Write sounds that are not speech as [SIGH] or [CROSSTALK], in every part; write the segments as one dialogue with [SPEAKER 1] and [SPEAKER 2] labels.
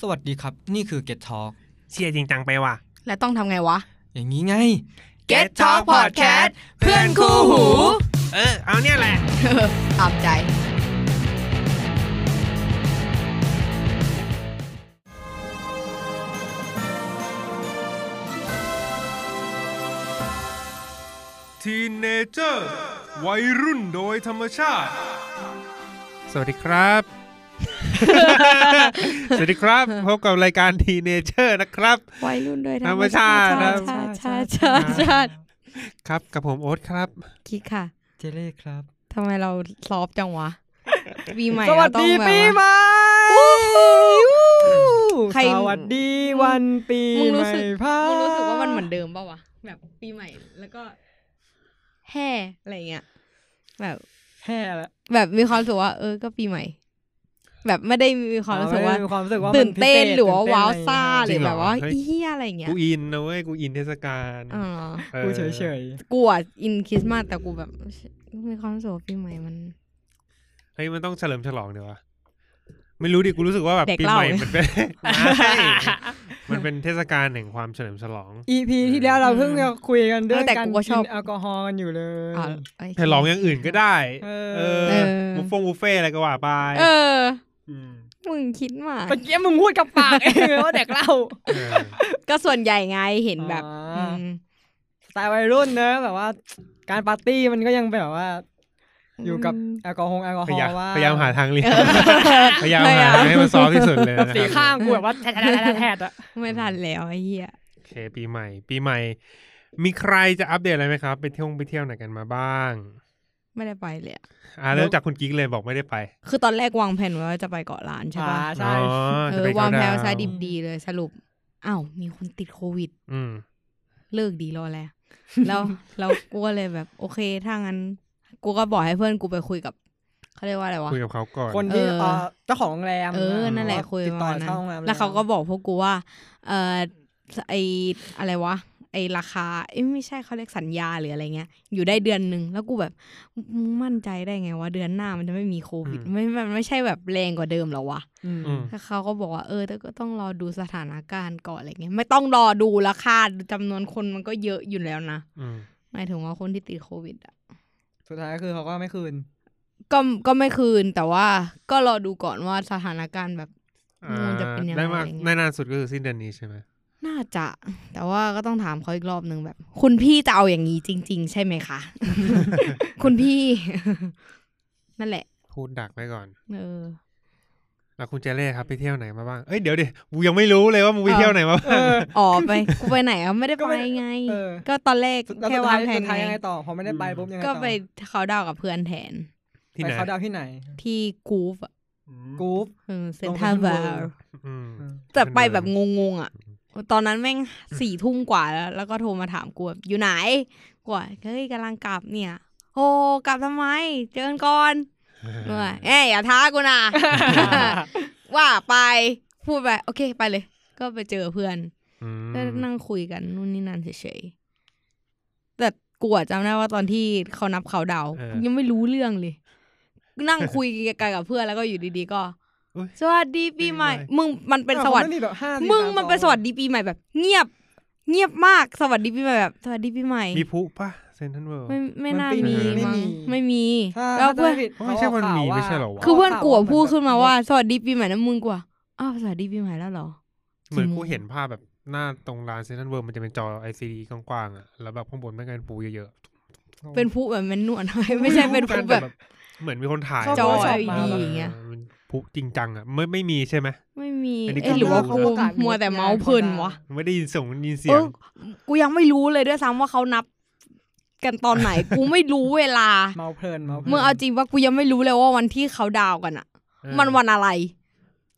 [SPEAKER 1] สวัสดีครับ นี่คือ Get Talk
[SPEAKER 2] เชียร์จริงจังไปว่ะ
[SPEAKER 3] และต้องทำไงวะ
[SPEAKER 1] อย่างนี้ไง
[SPEAKER 2] Get Talk Podcast เพื่อนคู่หู เออ เอาเนี่ยแหละ
[SPEAKER 3] ตามใจ
[SPEAKER 4] ทีเนเจอร์วัยรุ่นโดยธรรมชาติ
[SPEAKER 2] สวัสดีครับ [LAUGHS] สวัสดีครับ พบกับรายการทีเนเจอร์นะครับ
[SPEAKER 5] วัยรุ่นด้วย
[SPEAKER 2] ธรรมชาติ
[SPEAKER 5] ธรรม
[SPEAKER 2] ครั
[SPEAKER 5] ชา
[SPEAKER 2] บ
[SPEAKER 5] ติชาติชาติชาติ
[SPEAKER 2] ครับ กับผมโอ๊ตครับ
[SPEAKER 5] คิดค่ะ
[SPEAKER 1] เจเล่ครับ
[SPEAKER 5] ทำไมเราซอฟจังวะ ปีใหม่
[SPEAKER 1] สวัส
[SPEAKER 5] เราต้อง
[SPEAKER 1] ดี
[SPEAKER 5] แบบ
[SPEAKER 1] ปีให
[SPEAKER 5] ว่า
[SPEAKER 1] ม่
[SPEAKER 5] ใคร
[SPEAKER 1] สวัสดีวันปี
[SPEAKER 5] มึง
[SPEAKER 1] ให
[SPEAKER 5] รู้
[SPEAKER 1] ม่
[SPEAKER 5] สึก
[SPEAKER 1] พ่อ
[SPEAKER 5] มึงรู้สึกว่ามันเหมือนเดิมป่าวะ แบบปีใหม่แล้วก็ แห่อะไรเงี้ย แบบ
[SPEAKER 1] แห่ละ
[SPEAKER 5] แบบมีความรู้สึกว่า เออ ก็ปีใหม่ แบบไม่ได้มีความรู้สึกว่า
[SPEAKER 1] เออความรู้สึกว่า
[SPEAKER 5] ตื่นเต้น
[SPEAKER 1] มัพิศษ
[SPEAKER 5] หรือว่า
[SPEAKER 1] ตื่นเต้
[SPEAKER 5] ว้าว
[SPEAKER 1] นะไ
[SPEAKER 5] ซ่าห
[SPEAKER 2] จริ
[SPEAKER 5] รือง
[SPEAKER 2] เหรอ
[SPEAKER 5] แบบว่า
[SPEAKER 2] เฮ้ย
[SPEAKER 5] อีเหี้ยอะไรเงี้ย
[SPEAKER 2] กูอินนะเว้ย กูอินเทศกาล
[SPEAKER 5] อ๋อ
[SPEAKER 2] ออ
[SPEAKER 1] กูเฉยเฉย
[SPEAKER 5] กูอ่ะอินคริสต์มาสแต่กูแบบมีความรู้สึกว่าปีใหม่มัน
[SPEAKER 2] เฮ้ยมันต้องเฉลิมฉลองดีวะไม่รู้ดิ กูรู้สึกว่าแบบ
[SPEAKER 5] เด็ก
[SPEAKER 2] ปีใหม่มั
[SPEAKER 5] เล่า
[SPEAKER 2] นเป็น [LAUGHS] ไม่มันเป็นเทศกาลแห่งความเฉลิมฉลอง
[SPEAKER 5] [LAUGHS]
[SPEAKER 1] ๆ EP ที่แล้วเราเพิ่งจะคุยกันเรื่อ
[SPEAKER 5] เองอแต่
[SPEAKER 1] การ
[SPEAKER 5] กูก็ช
[SPEAKER 1] กิ
[SPEAKER 5] อบ
[SPEAKER 1] นแอลกอฮอล์กันอยู่เลย
[SPEAKER 5] อ๋อไอ้
[SPEAKER 2] ให้ลองอย่างอื่นก็ได้
[SPEAKER 1] เออ
[SPEAKER 5] เออ
[SPEAKER 2] บุฟเฟ่ต์บุฟเฟ่ต์อะไรก็ว่าไป
[SPEAKER 5] เออ
[SPEAKER 2] ม
[SPEAKER 5] มึงคิดมาก
[SPEAKER 1] ตะเกียบมึงพูดกับปาก [LAUGHS] เองเลยว่าเด็กเล่า
[SPEAKER 2] เออ
[SPEAKER 5] ก็ส่วนใหญ่ไงเห็นแบบ
[SPEAKER 1] อ๋ออื
[SPEAKER 5] ม
[SPEAKER 1] สไตล์วัยรุ่นนะแบบว่า การปาร์ตี้มันก็ยังแบบว่า อยู่กับแอลกอฮอล์แอลกอฮอย
[SPEAKER 2] พายาม
[SPEAKER 1] ล์ว่า
[SPEAKER 2] พยายามหาทางเลี่ยง
[SPEAKER 5] [LAUGHS] เออ
[SPEAKER 2] พยายามหาให้มันซอฟต์ที่สุดเลยนะค
[SPEAKER 1] สี
[SPEAKER 2] รับ
[SPEAKER 1] ข้างกูแบบว่าแทะแทะแทะแทะอะ
[SPEAKER 5] ไม่ทันแล้วไอ้เหี้ย
[SPEAKER 2] โอเคปีใหม่ ปีใหม่ มีใครจะอัปเดตอะไรไหมครับ ไปเที่ยวไปเที่ยวไหนกันมาบ้าง
[SPEAKER 5] ไม่ได้ไปเลยอะ
[SPEAKER 2] อ่าเริ่มจากคุณกิ๊กเลยบอกไม่ได้ไป
[SPEAKER 5] คือตอนแรกวางแผนไว้ว่าจะไปเกาะล้านใช่ปะ
[SPEAKER 1] อ่า ใช่
[SPEAKER 2] อ๋อ
[SPEAKER 5] เอ
[SPEAKER 2] จะ
[SPEAKER 5] อ
[SPEAKER 2] ไป
[SPEAKER 5] วาง
[SPEAKER 2] เข
[SPEAKER 5] แผน
[SPEAKER 2] ด
[SPEAKER 5] ซะดิบดีเลยสรุปอ้าวมีคนติดโควิด
[SPEAKER 2] อืม
[SPEAKER 5] เลิกดีรอแล้ว [LAUGHS] แล้วเรากูก็เลยแบบ โอเคถ้างั้น กูก็บอกให้เพื่อนกูไปคุยกับเขาเรียกว่าอะไรวะ
[SPEAKER 2] คุยกับเขาก่อน
[SPEAKER 1] คนที่
[SPEAKER 5] เออ
[SPEAKER 1] เอ่อเจ้าของโรงแรม
[SPEAKER 5] เออ นั่นแหละ
[SPEAKER 1] ว่า
[SPEAKER 5] คุย
[SPEAKER 1] ติด
[SPEAKER 5] ป
[SPEAKER 1] ต่
[SPEAKER 5] ระ
[SPEAKER 1] อ
[SPEAKER 5] มาณนั้
[SPEAKER 1] เช่าน โรงแรม
[SPEAKER 5] แล้วเขาก็บอกพวกกูว่า เออไออะไรวะ ไอราคา เอ้ยไม่ใช่เขาเรียกสัญญาหรืออะไรเงี้ย อยู่ได้เดือนหนึ่งแล้วกูแบบมึงมั่นใจได้ไงว่าเดือนหน้ามันจะไม่มีโควิด
[SPEAKER 2] อืม
[SPEAKER 5] ไม่มันไม่ใช่แบบแรงกว่าเดิมเหรอวะ
[SPEAKER 1] อืม
[SPEAKER 2] อืม
[SPEAKER 5] แล้วเขาก็บอกว่าเออแต่ก็ต้องรอดูสถานการณ์ก่อนอะไรเงี้ย ไม่ต้องรอดูราคาจำนวนคนมันก็เยอะอยู่แล้วนะ
[SPEAKER 2] อืม
[SPEAKER 5] หมายถึงว่าคนที่ติดโควิดอะ
[SPEAKER 1] สุดท้ายก็คือเขาก็ไม่คืน
[SPEAKER 5] ก็ก็ไม่คืนแต่ว่าก็รอดูก่อนว่าสถานการณ์แบบ
[SPEAKER 2] อ่า
[SPEAKER 5] มันจะเป็นยังไง
[SPEAKER 2] ได้มาก
[SPEAKER 5] อะไรเงี้ย
[SPEAKER 2] ได้นานสุดก็คือสิ้นเดือนนี้ใช่ไหม
[SPEAKER 5] น่าจะ แต่ว่าก็ต้องถามเขาอีกรอบนึงแบบ คุณพี่จะเอาอย่างนี้จริง ๆ ใช่ไหม
[SPEAKER 1] [LAUGHS]
[SPEAKER 5] คะ คุณพี่ นั่นแหละ
[SPEAKER 2] พูดดักไว้ก่อน
[SPEAKER 5] เออ
[SPEAKER 2] แล้วคุณเจเล่ครับไปเที่ยวไหนมาบ้าง เอ้ยเดี๋ยวดิกูยังไม่รู้เลยว่ามึงไปเที่ยวไหนมาบ้าง
[SPEAKER 5] อ๋อไปกูไปไหนอ่ะไม่ได้
[SPEAKER 1] ก็
[SPEAKER 5] ไป
[SPEAKER 1] ไม่
[SPEAKER 5] ไง
[SPEAKER 1] เออ
[SPEAKER 5] ก็ตอนแรก
[SPEAKER 1] แล้ว
[SPEAKER 5] แค่
[SPEAKER 1] สุด
[SPEAKER 5] วา
[SPEAKER 1] ท้าย
[SPEAKER 5] ง
[SPEAKER 1] สุด
[SPEAKER 5] แผน
[SPEAKER 1] ท้ายยัง
[SPEAKER 5] ไง
[SPEAKER 1] ไงต่อพอไม่ได้ไปปุ๊บยังไงต่
[SPEAKER 5] ก็
[SPEAKER 1] อ
[SPEAKER 5] ไปเขาดาวน์กับเพื่อนแทน
[SPEAKER 2] ที่
[SPEAKER 1] ไป
[SPEAKER 2] ไหน
[SPEAKER 1] เขาดาวน์ที่ไหน
[SPEAKER 5] ที่กูฟอะ
[SPEAKER 1] กรูฟ
[SPEAKER 5] เออเซนทรัลเวลด์
[SPEAKER 2] อืม
[SPEAKER 5] แต่ไปแบบงงๆอ่ะ ตอนนั้นแม่งสี่ทุ่มกว่าแล้ว แล้วก็โทรมาถามกูแบบอยู่ไหนกูว่าเฮ้ยกำลังกลับเนี่ย โอ้กลับทำไม เจอกันก่อน เมื่อเอ้ยอย่าท้ากูนะ ว่าไปพูดไปโอเคไปเลย ก็ไปเจอเพื่อน
[SPEAKER 2] อืม
[SPEAKER 5] ก็นั่งคุยกันนู่นนี่นั่นเฉยๆแต่กูอะจำได้ว่าตอนที่เขานับเขาดาวน์
[SPEAKER 2] เออ
[SPEAKER 5] ยังไม่รู้เรื่องเลย นั่งคุยกันกับเพื่อนแล้วก็อยู่ดีๆก็
[SPEAKER 2] อุ๊ย
[SPEAKER 5] สวัสดีปีใหม่
[SPEAKER 2] ปีใหม่
[SPEAKER 5] มึงมันเป็นสวัสดี
[SPEAKER 1] อ้าแบบห้า
[SPEAKER 5] มึงมันเป็นสวัส
[SPEAKER 1] ดี
[SPEAKER 5] ดีปีใหม่แบบ เงียบ เงียบมากสวัสดีปีใหม่แบบ สวัสดีปีใหม่
[SPEAKER 2] มีพลุป่ะเซนทันเวิลด์
[SPEAKER 5] ไม่ไม่น่า
[SPEAKER 2] มันปี
[SPEAKER 5] มี
[SPEAKER 2] นี้
[SPEAKER 5] มั้งไม่มี
[SPEAKER 1] สามสอง
[SPEAKER 5] แล้วเพื่อน
[SPEAKER 1] ถ้า
[SPEAKER 2] ไม่ใช่วันหมีไม่ใช่เหรอวะ
[SPEAKER 5] คือเพื่อนกูอะพูดขึ้นมาว่า
[SPEAKER 1] เ
[SPEAKER 5] สวัสดีปีใหม่นะมึงกูอะอ้าวสวัสดีปีใหม่แล้วเหรอ
[SPEAKER 2] เหมือนกู
[SPEAKER 5] กี่โมง
[SPEAKER 2] เห็นภาพแบบหน้าตรงร้านเซนทันเวิลด์มันจะเป็นจอ ICD กว้างๆอ่ะ แล้วแบบข้างบนไม่งเป็นปูเยอะ
[SPEAKER 5] เป็นผู้แบบมันหนวด ไม่ใช่เป็นผู้แบบ
[SPEAKER 2] เหมือนมีคนถ่าย
[SPEAKER 5] จอ
[SPEAKER 2] ไว้
[SPEAKER 5] LED
[SPEAKER 2] แบบ
[SPEAKER 5] อย่างเงี้ย
[SPEAKER 2] มันพุจริงจังอ่ะไม่ไม่มีใช่ไหม
[SPEAKER 5] ไม่มี
[SPEAKER 2] อันนี้ก็
[SPEAKER 5] เอ้ยหรือว่า
[SPEAKER 1] เขา
[SPEAKER 5] กู
[SPEAKER 1] ประกาศ
[SPEAKER 5] มัวแต่
[SPEAKER 1] งดงาม
[SPEAKER 5] เมาส์เพลินวะ
[SPEAKER 2] ไม่ได้ยินเส่งยินเสี
[SPEAKER 5] เอย
[SPEAKER 2] ง
[SPEAKER 5] อกูยังไม่รู้เลยด้วยซ้ำว่าเขานับ กันตอนไหน กูไม่รู้เวลา
[SPEAKER 1] เมาเพลินเมาเพลิน
[SPEAKER 5] มึงเอาจริงว่ากูยังไม่รู้เลยว่าวันที่เขาดาวกันอะ
[SPEAKER 2] เออ
[SPEAKER 5] มันวันอะไร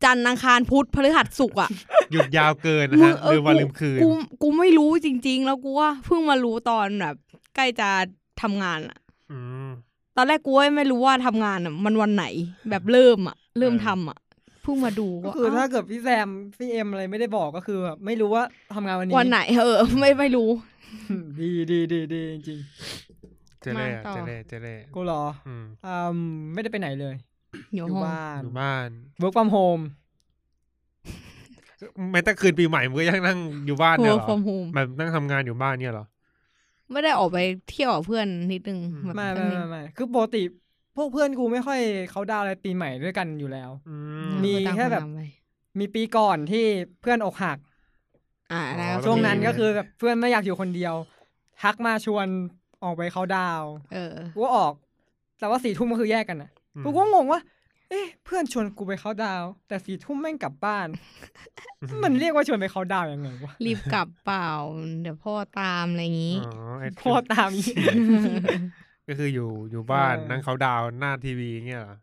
[SPEAKER 5] จันทร์อังคารพุธพฤหัสศุกร์อะ
[SPEAKER 2] หยุดยาวเกินนะ
[SPEAKER 5] มึ
[SPEAKER 2] ฮะ
[SPEAKER 5] งเออ
[SPEAKER 2] ลืมวัน
[SPEAKER 5] กู
[SPEAKER 2] ลืมคืน
[SPEAKER 5] กูกูไม่รู้จริง ๆ แล้วกูว่าเพิ่งมารู้ตอนแบบ ใกล้จะทำงานอะ
[SPEAKER 2] อืม
[SPEAKER 5] ตอนแรกกูก็ไม่รู้ว่าทำงานอะมันวันไหน แบบเริ่มอ่ะ เริ่ม
[SPEAKER 2] เออ
[SPEAKER 5] ทำอ่ะเพิ่งมาดู
[SPEAKER 1] ก็
[SPEAKER 5] ว่า
[SPEAKER 1] คือ
[SPEAKER 5] เอ้า
[SPEAKER 1] ถ้าเกิดพี่แซมพี่เอ็มอะไรไม่ได้บอกก็คือแบบไม่รู้ว่าทำงานวันนี้
[SPEAKER 5] วันไหน เออ ไม่ไม่รู้
[SPEAKER 1] ดีดีดีดีจริง
[SPEAKER 2] เจเล่
[SPEAKER 5] มาต่อ
[SPEAKER 2] เจเล่เจเล่
[SPEAKER 1] ๆกูเหรอ
[SPEAKER 2] อืม
[SPEAKER 1] อืมไม่ได้ไปไหนเลย
[SPEAKER 5] อ
[SPEAKER 1] อยู่ ยู่
[SPEAKER 5] ห้อง
[SPEAKER 1] บ้าน
[SPEAKER 2] อยู่บ้าน
[SPEAKER 1] work from home
[SPEAKER 2] แม้แต่คืนปีใหม่มึงก็ยังนั่งอยู่บ้าน
[SPEAKER 5] โฮ
[SPEAKER 2] เนี่ยเหรอ
[SPEAKER 5] ฟอร์มโฮม
[SPEAKER 2] แบบนั่งทำงานอยู่บ้านเนี่ยเหรอ
[SPEAKER 5] ไม่ได้ออกไปเที่ยวกับเพื่อนนิดนึง
[SPEAKER 2] อืม
[SPEAKER 5] แบบ
[SPEAKER 1] ไม่
[SPEAKER 5] สั
[SPEAKER 1] ไม่
[SPEAKER 5] กนิด
[SPEAKER 1] ไม่ไม่คือปกติพวกเพื่อนกูไม่ค่อยเขาดาวน์อะไรปีใหม่ด้วยกันอยู่แล้ว
[SPEAKER 2] อื
[SPEAKER 5] อื
[SPEAKER 2] ม
[SPEAKER 1] มี
[SPEAKER 5] ก็ต่าง
[SPEAKER 1] แค่
[SPEAKER 5] น
[SPEAKER 1] แบบ
[SPEAKER 5] ต่างไป
[SPEAKER 1] มีปีก่อนที่เพื่อนอกหัก
[SPEAKER 5] อ่า
[SPEAKER 2] อ๋อ
[SPEAKER 5] แล้ว
[SPEAKER 1] ช่วงนั้น
[SPEAKER 2] มี
[SPEAKER 1] ก็คือแบบเพื่อนไม่อยากอยู่คนเดียว ทักมาชวนออกไปเขาน์ดาวน์
[SPEAKER 5] เออ
[SPEAKER 1] กูก็ออก แต่ว่าสี่ทุ่มก็คือแยกกันนะ
[SPEAKER 2] อืม
[SPEAKER 1] กูก็งงว่า เอ๊ะ เพื่อนชวนกูไปเขาน์ดาวน์แต่สี่ทุ่มแม่งกลับบ้าน มันเรียกว่าชวนไปเขาน์ดาวน์ยังไงวะ
[SPEAKER 5] รีบกลับเปล่า เดี๋ยวพ่อตามอะไรอย่างงี้
[SPEAKER 2] อ๋อไอ้
[SPEAKER 1] พอ
[SPEAKER 2] [LAUGHS]
[SPEAKER 1] ตามอีก
[SPEAKER 2] ก็คืออยู่อยู่บ้าน
[SPEAKER 1] เออ
[SPEAKER 2] นั่งเขาน์ดาวน์หน้าทีวีเงี้ยเหรอ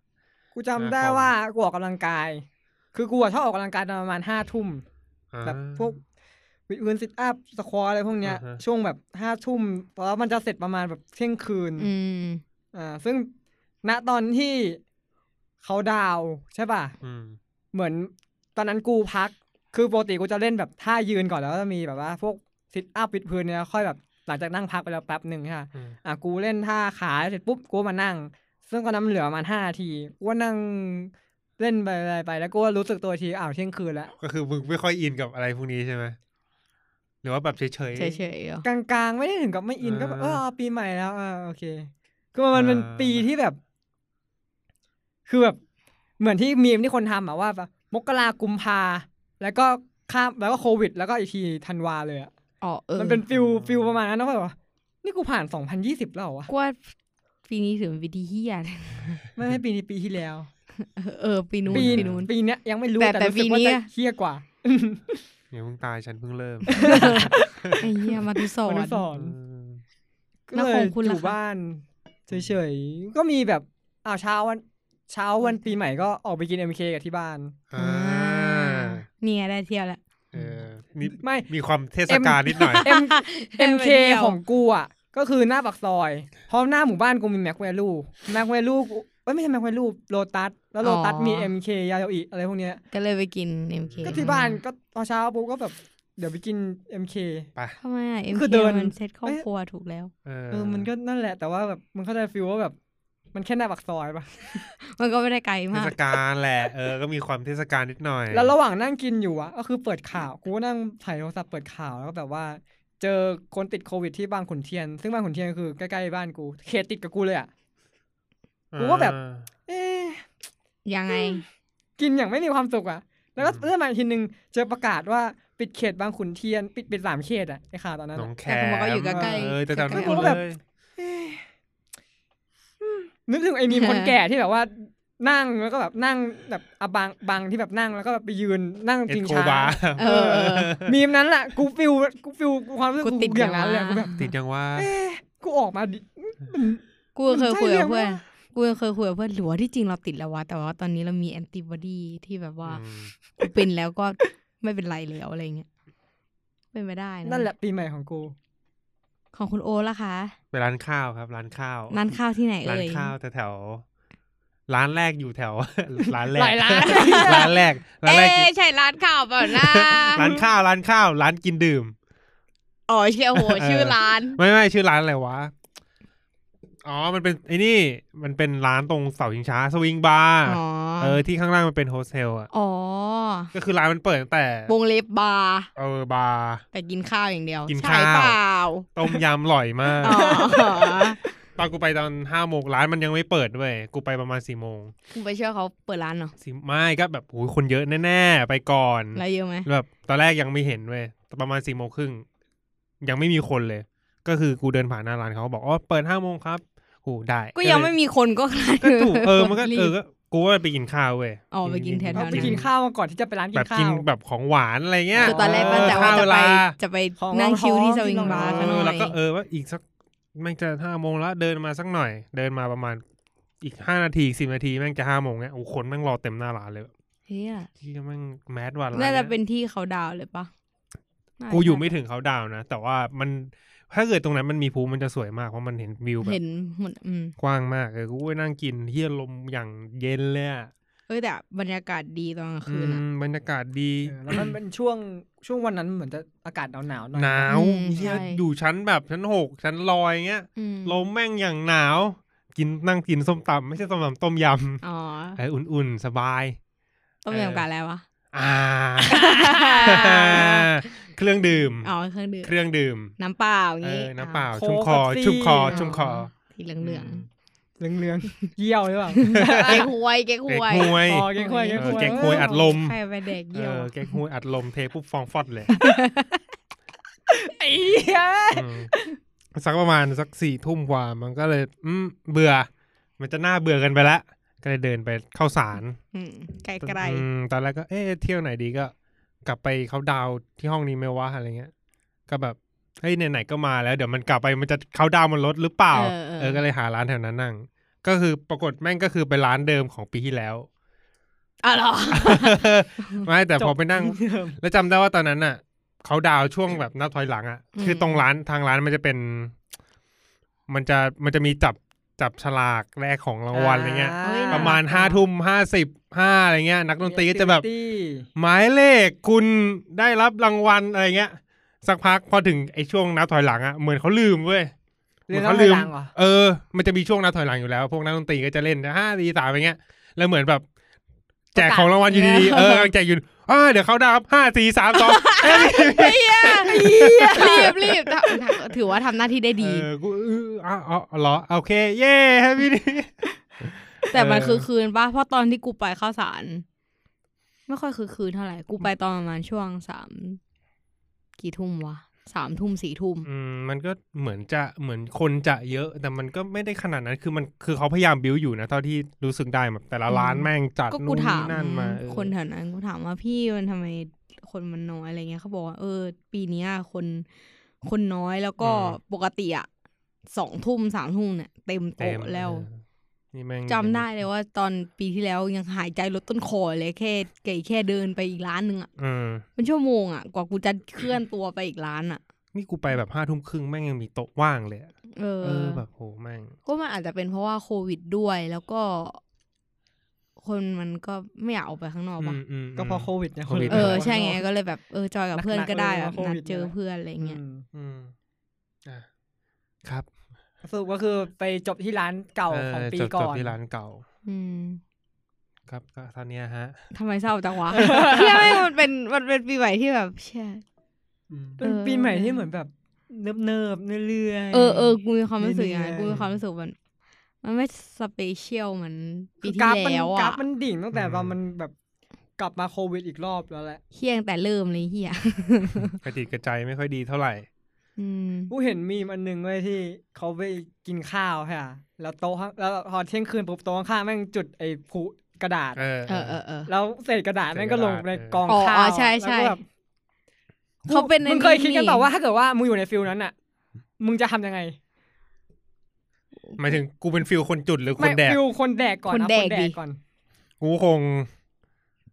[SPEAKER 1] กูจำได้
[SPEAKER 2] อ่า
[SPEAKER 1] ว่ากูออกกำลังกาย คือกูอะชอบออกกำลังกายตอนประมาณห้าทุ่ม
[SPEAKER 2] อ่า
[SPEAKER 1] แบบพวกวิดพื้นซิทอัพสควออะไรพวกเนี้ย
[SPEAKER 2] อ่าฮะ
[SPEAKER 1] ช่วงแบบห้าทุ่มแล้วมันจะเสร็จประมาณแบบเที่ยงคืน
[SPEAKER 5] อืม
[SPEAKER 1] อ่าซึ่งณตอนที่เขาดาวน์ใช่ป่ะ
[SPEAKER 2] อืม
[SPEAKER 1] เหมือนตอนนั้นกูพัก คือปกติกูจะเล่นแบบท่ายืนก่อนแล้วก็จะมีแบบว่า พวกซิทอัพวิดพื้นเนี่ยค่อยแบบหลังจากนั่งพักไปแล้วแป๊บหนึ่งค่ะ
[SPEAKER 2] อืม
[SPEAKER 1] อ่ะกูเล่นท่าขาเสร็จปุ๊บกูก็มานั่ง ซึ่งก็น้ำเหลือประมาณห้านาทีกูก็นั่งเล่นไปอะไรไปแล้วกูก็รู้สึกตัวอีกทีอ้าวเที่ยงคืนแล้ว
[SPEAKER 2] ก็คือมึงไม่ค่อยอินกับอะไรพวกนี้ใช่ไหมหรือว่าแบบเฉยๆ
[SPEAKER 5] เฉยๆเหรอก
[SPEAKER 1] ลางๆ ไม่ได้ถึงกับไม่อินก็แบบเอ
[SPEAKER 2] อ่า
[SPEAKER 1] อปีใหม่แล้วอ่าโอเค ก็มันเป็น
[SPEAKER 2] อ่า
[SPEAKER 1] ปีที่แบบ คือแบบ เหมือนที่มีมที่คนทำอะว่าแบบมกรากุมภาแล้วก็ข้ามแล้วก็โควิด แล้วก็อีกทีธันวาเลยอะ
[SPEAKER 5] อ๋อเออ
[SPEAKER 1] มันเป็นฟิลฟิลประมาณนั้นนะแบบว่านี่กูผ่าน 2020 แล้วเหรอวะ
[SPEAKER 5] กว่าปีนี้ถึงปีที่เฮียเลย
[SPEAKER 1] ไม่ไม่ปีนี้ปีที่แล้ว
[SPEAKER 5] เออ ปีนู้น
[SPEAKER 1] ปี
[SPEAKER 5] ปีนู้น
[SPEAKER 1] ปีเนี้ยยังไม่รู้
[SPEAKER 5] แต่
[SPEAKER 1] แต่รู้สึกว่า
[SPEAKER 5] แต่ปีนี้
[SPEAKER 1] จะ
[SPEAKER 5] อะ
[SPEAKER 1] เฮี้ยกว่า
[SPEAKER 2] อย่าเพิ่งตายฉันเพิ่งเริ่ม
[SPEAKER 5] ไอ้เฮียมาทุสอ
[SPEAKER 1] ม
[SPEAKER 5] น
[SPEAKER 1] นุษย์สอน
[SPEAKER 2] อืม
[SPEAKER 1] ก็
[SPEAKER 5] แล้ว
[SPEAKER 1] เล
[SPEAKER 5] ขอย งคุณ
[SPEAKER 1] อ
[SPEAKER 5] ล่ะ
[SPEAKER 1] ยู่
[SPEAKER 5] คะ
[SPEAKER 1] บ้านเฉยๆ ก็มีแบบอ้าวเช้าวันเช้าวันปีใหม่ก็ออกไปกินเอ็มเคกับที่บ้าน
[SPEAKER 2] อ่า
[SPEAKER 5] เนี่ยได้เที่ยวแล้ว
[SPEAKER 2] เออมี
[SPEAKER 1] ไม่
[SPEAKER 2] มีความเทศกาลนิดหน่อย
[SPEAKER 1] เอ็มเอ็มเค
[SPEAKER 5] เดียว
[SPEAKER 1] ของกูอ่ะ ก็คือหน้าปากซอย เพราะหน้าหมู่บ้านกูมีแม็กแวลูแม็กแวลูเอ้ยไม่ใช่แม็กแวลูโลตัสแล้วโลตัสมีเอ็มเคยาโยอิอะไรพวกเนี้ย
[SPEAKER 5] ก็เลยไปกินเอ็มเค
[SPEAKER 1] ก็ที่บ้านก็ตอนเช้าปุ๊บก็แบบ เดี๋ยวไปกินเอ็มเค
[SPEAKER 5] ทำไมอ่ะเอ็ม
[SPEAKER 1] คือ
[SPEAKER 5] เค
[SPEAKER 1] เดิน
[SPEAKER 5] มันเซ็ตครอบครัวถูกแล้ว
[SPEAKER 2] เออ
[SPEAKER 1] เออมันก็นั่นแหละแต่ว่าแบบมันเข้าใจฟิลว่าแบบ มันแค่หน้าปากซอยปะ
[SPEAKER 5] มันก็ไม่ได้ไกล
[SPEAKER 2] เท
[SPEAKER 5] มาก
[SPEAKER 2] ศกาลแหละ เออ ก็มีความเทศกาลนิดหน่อย
[SPEAKER 1] แล้วระหว่างนั่งกินอยู่อะก็คือเปิดข่าว กูก็นั่งถ่ายโทรศัพท์เปิดข่าวแล้วก็แบบว่า เจอคนติดโควิดที่บางขุนเทียน ซึ่งบางขุนเทียนคือใกล้ๆบ้านกูเขตติดกับกูเลยอะ กูก็แบบ
[SPEAKER 2] อ่า
[SPEAKER 1] เอ๊ะ
[SPEAKER 5] ยังไง
[SPEAKER 1] กินอย่างไม่มีความสุขอะแล้วก็เลื่อนมาอีกทีนึงเจอประกาศว่าปิดเขตบางขุนเทียน ปิดเป็นสามเขตอะไอข่าวตอนนั้น
[SPEAKER 2] หน
[SPEAKER 1] อะ
[SPEAKER 2] องแข
[SPEAKER 5] แต่ผมบอกว่าอยู่ใกล้ๆ
[SPEAKER 2] เออแต่ตอนนั้น
[SPEAKER 1] ใกล้ๆ
[SPEAKER 2] เลย
[SPEAKER 1] นึกถึงไอมีคนแก่ที่แบบว่านั่งแล้วก็แบบนั่งแบบอะบางบางที่แบบนั่งแล้วก็แบบไปยืนนั่ง
[SPEAKER 2] เอ็
[SPEAKER 1] จ
[SPEAKER 2] ด
[SPEAKER 1] ริง
[SPEAKER 2] โค
[SPEAKER 1] ช้า
[SPEAKER 2] บา
[SPEAKER 5] เอ
[SPEAKER 1] เอ
[SPEAKER 5] อ
[SPEAKER 1] อมีมนั้นแหละกูฟิลกูฟิลความรู้สึก
[SPEAKER 5] กูติด
[SPEAKER 1] กูอย่างนั้นเลยอะ
[SPEAKER 5] อย่างนั้น
[SPEAKER 1] กูแบบ
[SPEAKER 2] ติดยังว่า
[SPEAKER 1] เอ๊ะกูออกมาดิ
[SPEAKER 5] กูเคยคุยกับเพื่อน
[SPEAKER 1] มันใช่เรื่องปะ
[SPEAKER 5] กูเคยคุยกับเพื่อนหรือว่าที่จริงเราติดแล้ววะแต่ว่าตอนนี้เรามีแอนติบอดีที่แบบว่า กูเป็นแล้วก็ ไม่เป็นไรแล้วอะไรเงี้ยเป็นไม่ได้
[SPEAKER 1] นั่นแหละปีใหม่ของกู
[SPEAKER 5] ของคุณโอตล่ะคะ
[SPEAKER 2] ไปร้านข้าวครับ ร้านข้าว
[SPEAKER 5] ร้านข้าวที่ไหน
[SPEAKER 2] ร้าน
[SPEAKER 5] เอ่ย
[SPEAKER 2] ข้าวแต่แถว ร้านแรกอยู่แถว [LAUGHS] ร้านแรก
[SPEAKER 1] หลายร้าน
[SPEAKER 2] ร้านแรกร้านแร
[SPEAKER 5] [LAUGHS]
[SPEAKER 2] กอยู่
[SPEAKER 5] เอ๊ะใช่ร้านข้าวเปล่านะ
[SPEAKER 2] ร้านข้าวร้านข้าว ร้านกินดื่ม
[SPEAKER 5] อ๋อใช่โอ้โหชื่อร้าน
[SPEAKER 2] ไม่ไม่ชื่อร้านอะไรวะ อ๋อ มันเป็นไอ้นี่ มันเป็นร้านตรงเสาชิงช้าสวิงบาร์
[SPEAKER 5] อ๋อ
[SPEAKER 2] เออที่ข้างล่างมันเป็นโฮสเทลอ่ะ
[SPEAKER 5] อ๋อ
[SPEAKER 2] ก็คือร้านมันเปิดตั้งแต่
[SPEAKER 5] วงเล็บบาร์
[SPEAKER 2] เออบาร์
[SPEAKER 5] แต่กินข้าวอย่างเดียว
[SPEAKER 2] กิน
[SPEAKER 5] ใช่
[SPEAKER 2] ข้าว
[SPEAKER 5] เปล่า
[SPEAKER 2] ต้มยำอร่อยมาก
[SPEAKER 5] อ๋อ
[SPEAKER 2] ตอนกูไปตอนห้าโมงร้านมันยังไม่เปิดด้วยกูไปประมาณสี่โมง
[SPEAKER 5] คุณไปเชื่อเขาเปิดร้านเหรอ
[SPEAKER 2] สี่ไม่ก็แบบโอ้ยคนเยอะแน่ๆ ไปก่อน
[SPEAKER 5] แล้วเยอะไหม
[SPEAKER 2] แบบตอนแรกยังไม่เห็นเว้ยแต่ประมาณสี่โมงครึ่งยังไม่มีคนเลย ก็คือกูเดินผ่านหน้าร้านเขาบอกอ๋อเปิดห้าโมงครับโอ้ได้
[SPEAKER 5] ก็ยังไม่มีคนก็ร้าน
[SPEAKER 2] ก็ถูก
[SPEAKER 5] [LAUGHS]
[SPEAKER 2] เออมันก็
[SPEAKER 5] รีบ
[SPEAKER 2] เออก็กูว่าไปกินข้าวเว้ย
[SPEAKER 5] อ๋อไปกินแถวๆ
[SPEAKER 1] เอาไป
[SPEAKER 5] นั้น
[SPEAKER 1] กินข้าวมาก่อนที่จะไปร้านกิ
[SPEAKER 2] แบ
[SPEAKER 1] น
[SPEAKER 2] บ
[SPEAKER 1] ข้าว
[SPEAKER 2] กินแบบของหวานอะไรเงี้ย
[SPEAKER 5] คือตอนแรกตั้งใจว่า
[SPEAKER 2] เออ
[SPEAKER 5] จะไป
[SPEAKER 1] ข
[SPEAKER 2] ข้เวลา
[SPEAKER 5] จะไป
[SPEAKER 1] อง
[SPEAKER 5] นั่งชิลที่
[SPEAKER 1] ร้
[SPEAKER 5] ส
[SPEAKER 1] อนๆ
[SPEAKER 5] วิงบาร์
[SPEAKER 1] ที่
[SPEAKER 5] ซะ
[SPEAKER 1] โรง
[SPEAKER 5] ห
[SPEAKER 1] แรม
[SPEAKER 2] เออ
[SPEAKER 5] น่อ
[SPEAKER 2] แล้ว
[SPEAKER 5] ย
[SPEAKER 2] ก็เออว่าอีกสักแม่งจะห้าโมงแล้วเดินมาสักหน่อย เดินมาประมาณอีกห้านาทีสิบนาทีแม่งจะห้าโมงเนี้ยโอ้โหคนแม่งรอเต็มหน้าร้านเลย
[SPEAKER 5] เฮีย
[SPEAKER 2] ที่แม่งแมสว่าร้าน
[SPEAKER 5] น่าจะ
[SPEAKER 2] เนี่ย
[SPEAKER 5] เป็นที่เขาดาวน์เลยปะ
[SPEAKER 2] กูอยู่ไม่ถึงเขาดาวน์นะ แต่ว่ามันถ้าเกิดตรงนั้นมันมีภูมันจะสวยมากเพราะมันเห็นวิวแบบ
[SPEAKER 5] เห็นหมดอืม
[SPEAKER 2] กว้างมากเออกูไปนั่งกินเฮียลมอย่างเย็นเลยอะ
[SPEAKER 5] เอ้ยแต่บรรยากาศดีตอนกลางคืนอะ
[SPEAKER 2] อืมบรรยากาศดี
[SPEAKER 1] เออแล้วมันเป็นช่วงช่วงวันนั้นเหมือนจะอากาศหนาวๆหน่อย
[SPEAKER 2] หนาว
[SPEAKER 5] อืม
[SPEAKER 2] เฮีย
[SPEAKER 5] ใช่
[SPEAKER 2] อยู่ชั้นแบบชั้นหกชั้นลอยเงี้ย
[SPEAKER 5] อืม
[SPEAKER 2] ลมแม่งอย่างหนาว กินนั่งกินส้มตำไม่ใช่ส้มตำต้มยำ
[SPEAKER 5] อ๋อ
[SPEAKER 2] เอออุ่นๆ สบาย
[SPEAKER 5] ต้องเรียนการแล้ววะ
[SPEAKER 2] อ่า
[SPEAKER 5] [LAUGHS]
[SPEAKER 2] เครื่องดื่ม
[SPEAKER 5] อ๋อเครื่องดื่ม
[SPEAKER 2] เครื่องดื่ม
[SPEAKER 5] น้ำเปล่าอย่า
[SPEAKER 2] เอ
[SPEAKER 5] งงี้
[SPEAKER 2] อ น้ำเปล่า
[SPEAKER 1] โค้ก
[SPEAKER 2] ชุ่มคอ
[SPEAKER 1] Pepsi
[SPEAKER 2] ชุ่มค
[SPEAKER 1] อ๋
[SPEAKER 2] อ
[SPEAKER 1] อ
[SPEAKER 2] ชุ่มคอ
[SPEAKER 5] สีเหลือง
[SPEAKER 1] เหลืองๆ เยี่ยวหรือเปล่า
[SPEAKER 5] ๆเก๊กฮวยเก๊กฮ
[SPEAKER 2] เก๊ก
[SPEAKER 5] วย
[SPEAKER 2] ฮวย
[SPEAKER 1] อ๋อแกงควยแกงค
[SPEAKER 2] เออ
[SPEAKER 1] วย
[SPEAKER 2] แกงควยอัดลม
[SPEAKER 5] ใครไปเด็ก
[SPEAKER 2] เอ
[SPEAKER 5] เยี่ยว
[SPEAKER 2] อ แกงฮวยอัดลมเทปุ๊บฟองฟอดเลย
[SPEAKER 1] ไอ้เหี้ย
[SPEAKER 2] อืมสักประมาณสักสี่ทุ่มกว่า มันก็เลย อืมเบื่อ มันจะน่าเบื่อกันไปละ ก็เลยเดินไปเข้าสาร
[SPEAKER 5] มไกล
[SPEAKER 2] อืมตอนแรกก็เอ๊ะเที่ยวไหนดีก็ กลับไปเขาดาวน์ที่ห้องนี้ไหมวะอะไรเงี้ย ก็แบบเฮ้ยไหนๆก็มาแล้ว เดี๋ยวมันกลับไปมันจะเขาดาวน์มันลดหรือเป
[SPEAKER 5] ๆ
[SPEAKER 2] ล่า
[SPEAKER 5] เออ
[SPEAKER 2] เออก็เลยหาร้านแถวนั้นนั่ง ก็คือปรากฏแม่งก็คือไปร้านเดิมของปีที่แล้ว
[SPEAKER 5] [LAUGHS] อ๋อเหรอ
[SPEAKER 2] ไม่แต่พอไปนั่ง
[SPEAKER 1] จบเดิม
[SPEAKER 2] แล้วจำได้ว่าตอนนั้นน่ะเขาดาวน์ช่วงแบบนับถอยหลังอ่ะ
[SPEAKER 5] อืม
[SPEAKER 2] คือตรงร้านทางร้านมันจะเป็น มันจะมันจะมีจับจับฉลากแลกของรางวัลอะไรเงี้ย
[SPEAKER 1] า
[SPEAKER 5] เอ้ย
[SPEAKER 2] ประมาณห้าทุ่มห้าสิบห้าอะไรเงี้ย นักดนตรีก็จะแบบ
[SPEAKER 1] มี activity
[SPEAKER 2] หมายเลขคุณได้รับรางวัลอะไรเงี้ย สักพักพอถึงไอ้ช่วงนับถอยหลังอะเหมือนเขาลืมเว้ย
[SPEAKER 1] เรียนแล้วเวลาเหรอ
[SPEAKER 2] เออ มันจะมีช่วงนับถอยหลังอยู่แล้ว พวกนักดนตรีก็จะเล่นห้าตีสามอะไรเงี้ย แล้วเหมือนแบบ แจกของรางวัลอยู่ดีๆเออกำลังแจกอยู่อ่าเดี๋ยวเขาได้ครับห้าสี่สาม
[SPEAKER 5] [LAUGHS]
[SPEAKER 2] สองเอ้ย
[SPEAKER 5] รีบรีบทำถือว่าทำหน้าที่ได้
[SPEAKER 2] เอ
[SPEAKER 5] ดี
[SPEAKER 2] อกูเอออ้าวอ๋อเหรอโอเค เย้แฮปปี้ดี
[SPEAKER 5] แต่มัน
[SPEAKER 2] เออ
[SPEAKER 5] คือคืนป่ะเพราะตอนที่กูไปเข้าสาร ไม่ค่อยคือคืนเท่าไหร่ กูไปตอนประมาณช่วงสามกี่ทุ่มวะสามทุ่มสี่ทุ่ม
[SPEAKER 2] [LAUGHS] อืมมันก็เหมือนจะเหมือนคนจะเยอะแต่มันก็ไม่ได้ขนาดนั้นคือมันคือเขาพยายามบิวอยู่นะเท่าที่รู้สึกได้แบบแต่ละร้าน
[SPEAKER 5] อืม
[SPEAKER 2] แม่งจัด
[SPEAKER 5] ก็กู
[SPEAKER 2] นู่น
[SPEAKER 5] ถา
[SPEAKER 2] นี่
[SPEAKER 5] ม
[SPEAKER 2] นั่นมาเออ
[SPEAKER 5] คนแถวนั้นกูถามว่าพี่มันทำไมคนมันน้อยอะไรเงี้ยเขาบอกว่าเออ ปีเนี้ยคนคนน้อยแล้วก็
[SPEAKER 2] อืม
[SPEAKER 5] ปกติอะสองทุ่มสามทุ่มเนี่ยเต็ม
[SPEAKER 2] เต็ม
[SPEAKER 5] โต๊ะแล้ว
[SPEAKER 2] เออนี่แม่ง
[SPEAKER 5] จำได้เลยว่าตอนปีที่แล้วยังหายใจลดต้นคอเลยแค่ไก่แค่เดินไปอีกร้านหนึ่งอะ
[SPEAKER 2] อืม
[SPEAKER 5] เป็นชั่วโมงอ่ะ กว่ากูจะเคลื่อนตัวไปอีกร้านอ่ะ
[SPEAKER 2] นี่กูไปแบบห้าทุ่มครึ่งแม่งยังมีโต๊ะว่างเลยอะ
[SPEAKER 5] เออ
[SPEAKER 2] เออแบบโหแม่ง
[SPEAKER 5] ก็มันอาจจะเป็นเพราะว่าโควิดด้วย แล้วก็ คนมันก็ไม่อยากออกไปข้างนอกปะ
[SPEAKER 2] อืมอืมม
[SPEAKER 1] ก็เพอโควิดเนี่ย
[SPEAKER 2] โควิด
[SPEAKER 5] เออ ใช่ไงก็เลยแบบเออจอยกับเพื่อนก็ได้แบบนัดเจอเพื่อนอะไรเงี้ย
[SPEAKER 1] อืม
[SPEAKER 2] อืมอ่ะครับ
[SPEAKER 1] สรุปก็คือไปจบที่ร้านเก่าของปี
[SPEAKER 2] เจบ
[SPEAKER 1] ก่
[SPEAKER 2] จ
[SPEAKER 1] อบ น
[SPEAKER 2] ที่ร้านเก่า
[SPEAKER 5] อืม
[SPEAKER 2] ครับก็เท่านี้ฮะ
[SPEAKER 5] ทำไมเศร้าจังวะ เชื่อไหมมันเป็นมันเป็นปีใหม่ที่แบบเชื่อ
[SPEAKER 2] อืม
[SPEAKER 1] เป็น
[SPEAKER 5] เออ
[SPEAKER 1] ปีใหม่ที่เหมือนแบบเนิบเนิบๆเรื่อยๆ
[SPEAKER 5] เออเออกูมีความรู้สึกอย่างนั้น
[SPEAKER 1] เรื่
[SPEAKER 5] กู
[SPEAKER 1] อยๆ
[SPEAKER 5] มีความรู้สึกมัน มันไม่สเปเชียลเหมือนปี
[SPEAKER 1] คือ
[SPEAKER 5] ที่
[SPEAKER 1] กราฟมัน
[SPEAKER 5] แล้ว
[SPEAKER 1] กราฟ
[SPEAKER 5] อ่ะ
[SPEAKER 1] มันดิ่งตั้งแต่ว่ามันแบบกลับมาโควิดอีกรอบแล้วแหละ
[SPEAKER 5] เฮี้ยงแต่เริ่มเลยเฮี้ย
[SPEAKER 2] กระติดกระใจไม่ค่อยดีเท่าไหร่
[SPEAKER 5] อืม
[SPEAKER 1] กูเห็นมีมอันหนึ่งไว้ยที่เขาไปกินข้าวค่ะ แล้วโต๊ะข้างแล้วพอเที่ยงคืนปุ๊บโต๊ะข้างๆแม่งจุดไอ้ผุกระดาษ
[SPEAKER 2] เออ
[SPEAKER 5] เออเออเออ
[SPEAKER 1] แล้วเศษกระดาษแม่งก็ลงในกอง
[SPEAKER 5] อ๋อ
[SPEAKER 1] ข้าว
[SPEAKER 5] ใช่ใช่
[SPEAKER 1] แล้วก็แบบ
[SPEAKER 5] เขาเป็น
[SPEAKER 1] มึงเคย
[SPEAKER 5] ในนี้
[SPEAKER 1] คิดกัน
[SPEAKER 5] นี่
[SPEAKER 1] ต่อว่าถ้าเกิดว่ามึงอยู่ในฟิลนั้นอ่ะ มึงจะทำยังไง
[SPEAKER 2] หมายถึงกูเป็นฟิลคนจุดหรือค
[SPEAKER 1] ไม่
[SPEAKER 2] นแดก
[SPEAKER 1] ฟิลคนแดกก่อน
[SPEAKER 5] คน
[SPEAKER 1] นะ
[SPEAKER 5] แด
[SPEAKER 1] ค
[SPEAKER 5] ก
[SPEAKER 1] นแด
[SPEAKER 5] ดิ
[SPEAKER 1] กก่อน
[SPEAKER 2] กูคง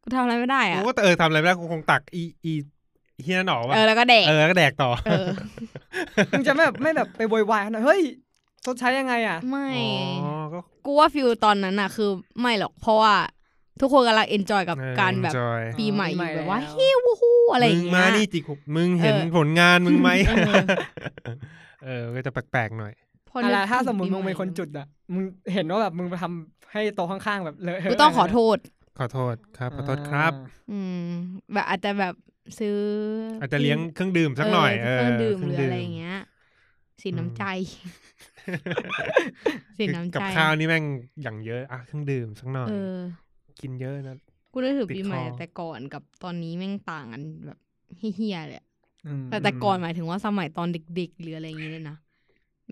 [SPEAKER 5] กูทำอะไรไม่ได้อ่ะ
[SPEAKER 2] กูก็เออทำอะไรไม่ได้กูคงตักอีอีเฮียนั่นออกว่ะ
[SPEAKER 5] เออแล้วก็แดก
[SPEAKER 2] เออแล้วก็แดกต่อ
[SPEAKER 5] เออ
[SPEAKER 1] มึงจะไม่แบบไม่แบบไปโวยวายเขาหน่อยเฮ้ยชดใช้ยังไงอ่ะ
[SPEAKER 5] ไม่
[SPEAKER 2] อ๋อก็
[SPEAKER 5] กูว่าฟิลตอนนั้นอะคือไม่หรอกเพราะว่าทุกคนกำลังเอนจอยกับ
[SPEAKER 2] เออ
[SPEAKER 5] การแบบ
[SPEAKER 2] enjoy
[SPEAKER 5] ปีใหม่อยู่
[SPEAKER 1] อ๋อปีใหม่
[SPEAKER 5] แบบว่า
[SPEAKER 1] แล้ว
[SPEAKER 5] ฮิวฮู้อะไรอย่าง
[SPEAKER 2] มึ
[SPEAKER 5] เงี้
[SPEAKER 2] มาย นี่จิกหัวมึงเห็น
[SPEAKER 5] เออ
[SPEAKER 2] ผลงานมึงไหม เออ ก็จะแปลกๆหน่อย
[SPEAKER 5] พอนึ
[SPEAKER 1] อะ
[SPEAKER 5] ก
[SPEAKER 1] ไร
[SPEAKER 5] ถึ
[SPEAKER 1] ถ้าสมมติ
[SPEAKER 5] ปี
[SPEAKER 1] มึง
[SPEAKER 5] ให
[SPEAKER 1] เป็นคนจุดอ่ะ มึงเห็นว่าแบบมึงไปทำให้โต๊ะข้างๆแบบเลอะเทะ
[SPEAKER 5] กูต้องขอโทษ
[SPEAKER 2] ขอโทษครับ ขอโทษครับ
[SPEAKER 5] อืม แบบอาจจะแบบซื้อ
[SPEAKER 2] อาจจะเลี้ยงเครื่องดื่มสักหน่อยเออ
[SPEAKER 5] เเครื่องดื่มหรือ
[SPEAKER 2] ค
[SPEAKER 5] อะไรอย่างเงี้ยสินน้ำใจ สินน้ำ
[SPEAKER 2] กับ
[SPEAKER 5] ใจ
[SPEAKER 2] ข้าวนี่แม่งอย่างเยอะอ่ะเครื่องดื่มสักหน่อย
[SPEAKER 5] เออ
[SPEAKER 2] กินเยอะนะ
[SPEAKER 5] กูนึกถึง
[SPEAKER 2] ติด
[SPEAKER 5] ปีใหม่
[SPEAKER 2] คอ
[SPEAKER 5] แต่ก่อนกับตอนนี้แม่งต่างกันแบบเฮี้ยๆเลยอะ
[SPEAKER 1] แต่
[SPEAKER 5] แต่แต่ก่อนหมายถึงว่าสมัยตอนเด็ก ๆ หรืออะไรอย่างเงี้เลยนะ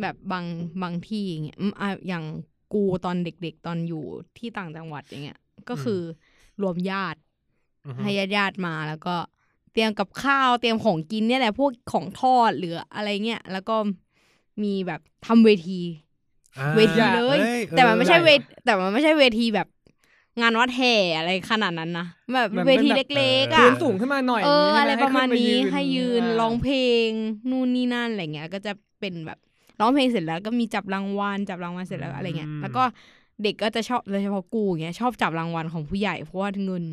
[SPEAKER 5] แบบบางบางที่อย่างเงี้ยอืมอ่ะอย่างกูตอนเด็ก ๆ ตอนอยู่ที่ต่างจังหวัดอย่างเงี้ย ก็คือรวมญาติ
[SPEAKER 2] อือฮึ
[SPEAKER 5] ให้ญาติๆมาแล้วก็เตรียมกับข้าวเตรียมของกินเนี่ยแหละพวกของทอดหรืออะไรเงี้ยแล้วก็มีแบบทำเวที
[SPEAKER 2] อ่า
[SPEAKER 5] เวทีเลย
[SPEAKER 2] อ้
[SPEAKER 5] แต่มันไม่ใช่เว
[SPEAKER 2] ออ
[SPEAKER 5] ทแต่มันไม่ใช่เวทีแบบงานวัดแห่อะไรขนาดนั้นนะแบบเวทีเล็กๆ
[SPEAKER 2] หมือ
[SPEAKER 5] อ่ะ
[SPEAKER 1] พื้น
[SPEAKER 2] แบบ
[SPEAKER 1] สูงขึ้นมาหน่อย
[SPEAKER 5] เออ
[SPEAKER 1] ย่งงี้ใช่ห
[SPEAKER 5] อะไรประมาณนี้
[SPEAKER 1] ขึ้
[SPEAKER 5] ให้ยืน
[SPEAKER 1] อ่า
[SPEAKER 5] ร้องเพลงนู่นนี่นั่นอะไรเงี้ย ก็จะเป็นแบบร้องเพลงเสร็จแล้วก็มีจับรางวัลจับรางวัลเสร็จแล้วอะไรเงี้ย
[SPEAKER 2] อืม
[SPEAKER 5] แล้วก็เด็กก็จะชอบโดยเฉพาะกูเงี้ยชอบจับรางวัลของผู้ใหญ่เพราะว่าเงิน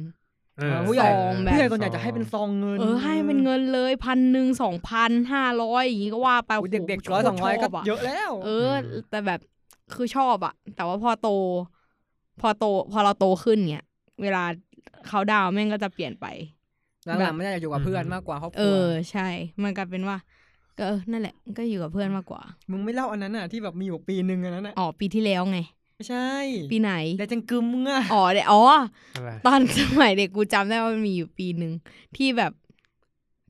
[SPEAKER 2] เออ
[SPEAKER 1] เออผู้ใหญ่
[SPEAKER 5] ซองแบบ
[SPEAKER 1] ผู้ใหญ่ส่วนใหญ่จะให้เป็นซองเงิน
[SPEAKER 5] เออให้เป็นเงินเลยพันหนึ่งสองพันห้าร้อยอย่างงี้ก็ว่าไป
[SPEAKER 1] โอ้ยเด็ก
[SPEAKER 5] โโห
[SPEAKER 1] ๆร้อยสองร้อย
[SPEAKER 5] ช
[SPEAKER 1] ก็
[SPEAKER 5] บะ
[SPEAKER 1] เยอะแล้ว
[SPEAKER 5] เออ แต่แบบคือชอบอะแต่ว่าพอโต พอโต พอเราโตขึ้นเนี่ย เวลา เขาดาวน์แม่งก็จะเปลี่ยนไป
[SPEAKER 1] หลังๆมันอยากอยู่กับเพื่อนมากกว่าครอบค
[SPEAKER 5] เอ
[SPEAKER 1] รัว
[SPEAKER 5] อใช่ มันกลายเป็นว่า ก็เออนั่นแหละก็อยู่กับเพื่อนมากกว่า
[SPEAKER 1] มึงไม่เล่าอันนั้นอ่ะที่แบบมีอยู่ปีนึงอันนั้นอ่ะ
[SPEAKER 5] อ๋อปีที่แล้วไง
[SPEAKER 1] ไม่ใช่
[SPEAKER 5] ปีไหน
[SPEAKER 1] แต่จังกึมมึงอ่ะ
[SPEAKER 5] อ๋อเดี๋ยวอ๋อ
[SPEAKER 2] อะไร
[SPEAKER 5] ตอนสมัยเด็กกูจำได้ว่ามันมีอยู่ปีหนึ่งที่แบบ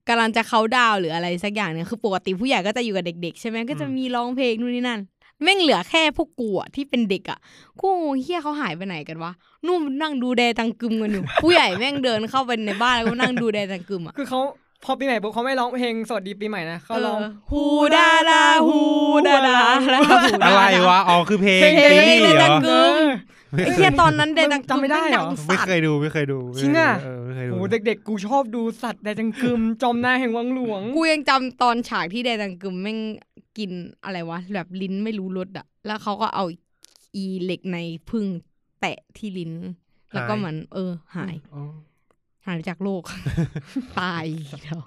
[SPEAKER 5] กำลังจะเขาน์ดาวน์หรืออะไรสักอย่างเนี่ยคือปกติผู้ใหญ่ก็จะอยู่กับเด็กๆ ใช่ไหมก็จะมีร้องเพลงนู่นนี่นั่นแม่งเหลือแค่พวกกูอะที่เป็นเด็กอะกูงงเฮียเขาหายไปไหนกันวะนู่นนั่งดูแดตังกึมกันอยู่ ผู้ใหญ่แม่งเดินเข้าไปในบ้านแล้วก็นั่งดูแดตังกึมอะ
[SPEAKER 1] คือเขาพอปีใหม่ปุ๊บเขาไม่ร้องเพลงสวัสดีปีใหม่นะเขาร้อง
[SPEAKER 5] เออฮูดาดาฮูดาดา [LAUGHS] แล้วก็ฮูดาดา
[SPEAKER 2] อะไรวะอ๋อคือเพลง
[SPEAKER 5] เพลง
[SPEAKER 2] ซีรีส์เหร
[SPEAKER 5] เพลงดั
[SPEAKER 2] อง
[SPEAKER 5] ไอ้เฮียตอนนั้นแดตังกึม
[SPEAKER 1] จำไม่ได้เหรอ
[SPEAKER 5] แม่งดังสั
[SPEAKER 2] ไม่
[SPEAKER 5] ตว์
[SPEAKER 2] เคยดูไม่เคยดู
[SPEAKER 1] จริงอะ
[SPEAKER 2] เออไม่เคยดู
[SPEAKER 1] โอ้เด็กๆ กูชอบดูสัตว์แดจังกึม จอมนายแห่งวังหลว
[SPEAKER 5] [LAUGHS]
[SPEAKER 1] ง
[SPEAKER 5] กูยังจำตอนฉากที่แดดังกึมแม่งกินอะไรวะ แบบลิ้นไม่รู้รสอะแล้วเขาก็เอาอีเหล็กในพึ่งแตะที่ลิ้น แล้วก็เหมือนเออ หาย
[SPEAKER 2] อ๋อ
[SPEAKER 5] หายไปจากโล [LAUGHS] ก ตายแล้ว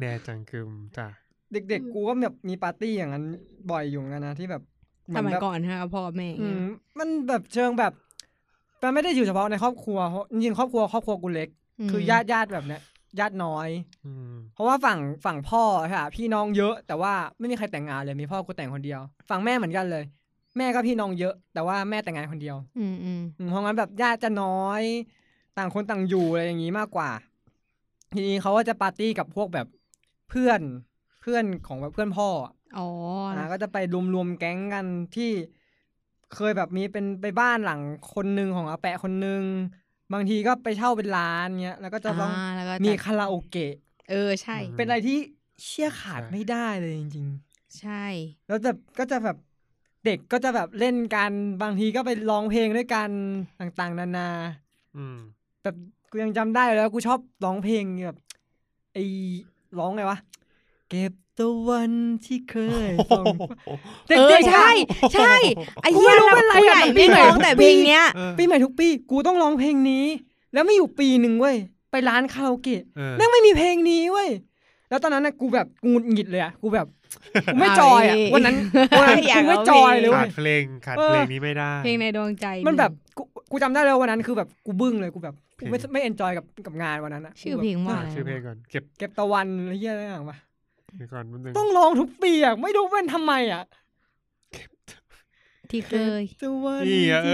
[SPEAKER 2] แดจังกึมจ้ะ
[SPEAKER 1] เด็กๆ กูก็แบบมีปาร์ตี้อย่างนั้นบ่อยอยู่เหมือนกันนะที่แบบเห
[SPEAKER 5] ส
[SPEAKER 1] น
[SPEAKER 5] มัย
[SPEAKER 1] แบบ
[SPEAKER 5] ก่อนฮะพ่อแม่อย่าง
[SPEAKER 1] อื
[SPEAKER 5] เงี้ย
[SPEAKER 1] มมันแบบเชิงแบบมันไม่ได้อยู่เฉพาะในครอบครัวเพราะจริงๆครอบครัวครอบครัวกูเล็ก คือญาติญาติแบบเนี้ยญาติน้อย
[SPEAKER 2] อืม
[SPEAKER 1] เพราะว่าฝั่งฝั่งพ่อค่ะพี่น้องเยอะแต่ว่าไม่มีใครแต่งงานเลยมีพ่อกูแต่งคนเดียว ฝั่งแม่เหมือนกันเลย แม่ก็พี่น้องเยอะ แต่ว่าแม่แต่งงานคนเดียว
[SPEAKER 5] อืมอืม
[SPEAKER 1] อืมเพราะงั้นแบบญาติจะน้อย ต่างคนต่างอยู่อะไรอย่างนี้มากกว่า ทีนี้เขาก็จะปาร์ตี้กับพวกแบบเพื่อนเพื่อนของแบบเพื่อนพ่ออะ
[SPEAKER 5] อ๋ออ
[SPEAKER 1] อ่าก็จะไปรวมๆแก๊งกันที่เคยแบบมีเป็นไปบ้านหลังคนหนึ่งของอาแปะคนหนึ่งบางทีก็ไปเช่าเป็นร้านเงี้ยแล้วก็จะต้อง
[SPEAKER 5] อ่าแล้วก็
[SPEAKER 1] มี
[SPEAKER 5] จะ
[SPEAKER 1] คาราโอเกะ
[SPEAKER 5] เออใช่
[SPEAKER 1] เป็นอะไรที่เชี่ยขาดไม่ได้เลยจริง
[SPEAKER 5] ใช่
[SPEAKER 1] ๆ แล้วจะก็จะแบบเด็กก็จะแบบเล่นกันบางทีก็ไปร้องเพลงด้วยกันต่างๆ นานา
[SPEAKER 2] อืม
[SPEAKER 1] แบบกูยังจำได้แล้วกูชอบร้องเพลงแบบไอ้ร้องไงวะเก็บตะวันที่เคยส่ง
[SPEAKER 5] เออ
[SPEAKER 1] ด็กๆะ
[SPEAKER 5] ใช่ ใช่ไอ้เหี้ย
[SPEAKER 1] กูไม่รู้เป็นไร
[SPEAKER 5] ผู้ใหญ่
[SPEAKER 1] อะมันปี
[SPEAKER 5] ไม่
[SPEAKER 1] ไหน
[SPEAKER 5] ร้อง
[SPEAKER 1] ของ
[SPEAKER 5] แต่
[SPEAKER 1] ปี
[SPEAKER 5] เพลงเนี้ย
[SPEAKER 2] เออ
[SPEAKER 1] ปีใหม่ทุกปีกูต้องร้องเพลงนี้ แล้วไม่อยู่ปีหนึ่งเว้ยไปร้านคาราโอเกะ
[SPEAKER 2] เออ
[SPEAKER 1] แม่งไม่มีเพลงนี้เว้ยแล้วตอนนั้นนะกูแบบกูหงุดหงิดเลยอะกูแบบกูไม่จอยอะ
[SPEAKER 5] เอาอีก
[SPEAKER 1] วันนั้นวัน
[SPEAKER 5] [LAUGHS]
[SPEAKER 1] นั้น
[SPEAKER 5] อยาก
[SPEAKER 1] กูไม่
[SPEAKER 5] ร้อง
[SPEAKER 1] จอยเลย
[SPEAKER 2] ขา
[SPEAKER 1] เว้
[SPEAKER 2] ด
[SPEAKER 1] ย
[SPEAKER 2] เพลงขาด
[SPEAKER 1] เออ
[SPEAKER 2] เพลงนี้ไม่ได้
[SPEAKER 5] เพลงในดวงใจ
[SPEAKER 1] มันแบบกูกูจำได้เลยวันนั้นคือแบบกูบึ้งเลยกูแบบกูไม่
[SPEAKER 2] เพลง
[SPEAKER 1] ไม่เอนจอยกับกับงานวันนั้นอะ
[SPEAKER 5] ชื่อเพลงว่า
[SPEAKER 2] อ่ะ
[SPEAKER 5] อะไร
[SPEAKER 2] ชื่อเพลงก่อนเก็บ
[SPEAKER 1] เก็บตะวันอะไรเงี้ยอะไรอย่างปะ
[SPEAKER 2] เดี๋ยวก่อนนิดนึง
[SPEAKER 1] ต้องร้องทุกปีอะไม่รู้เป็นทำไมอะ
[SPEAKER 5] ที่เคย
[SPEAKER 1] ตะวันที่เค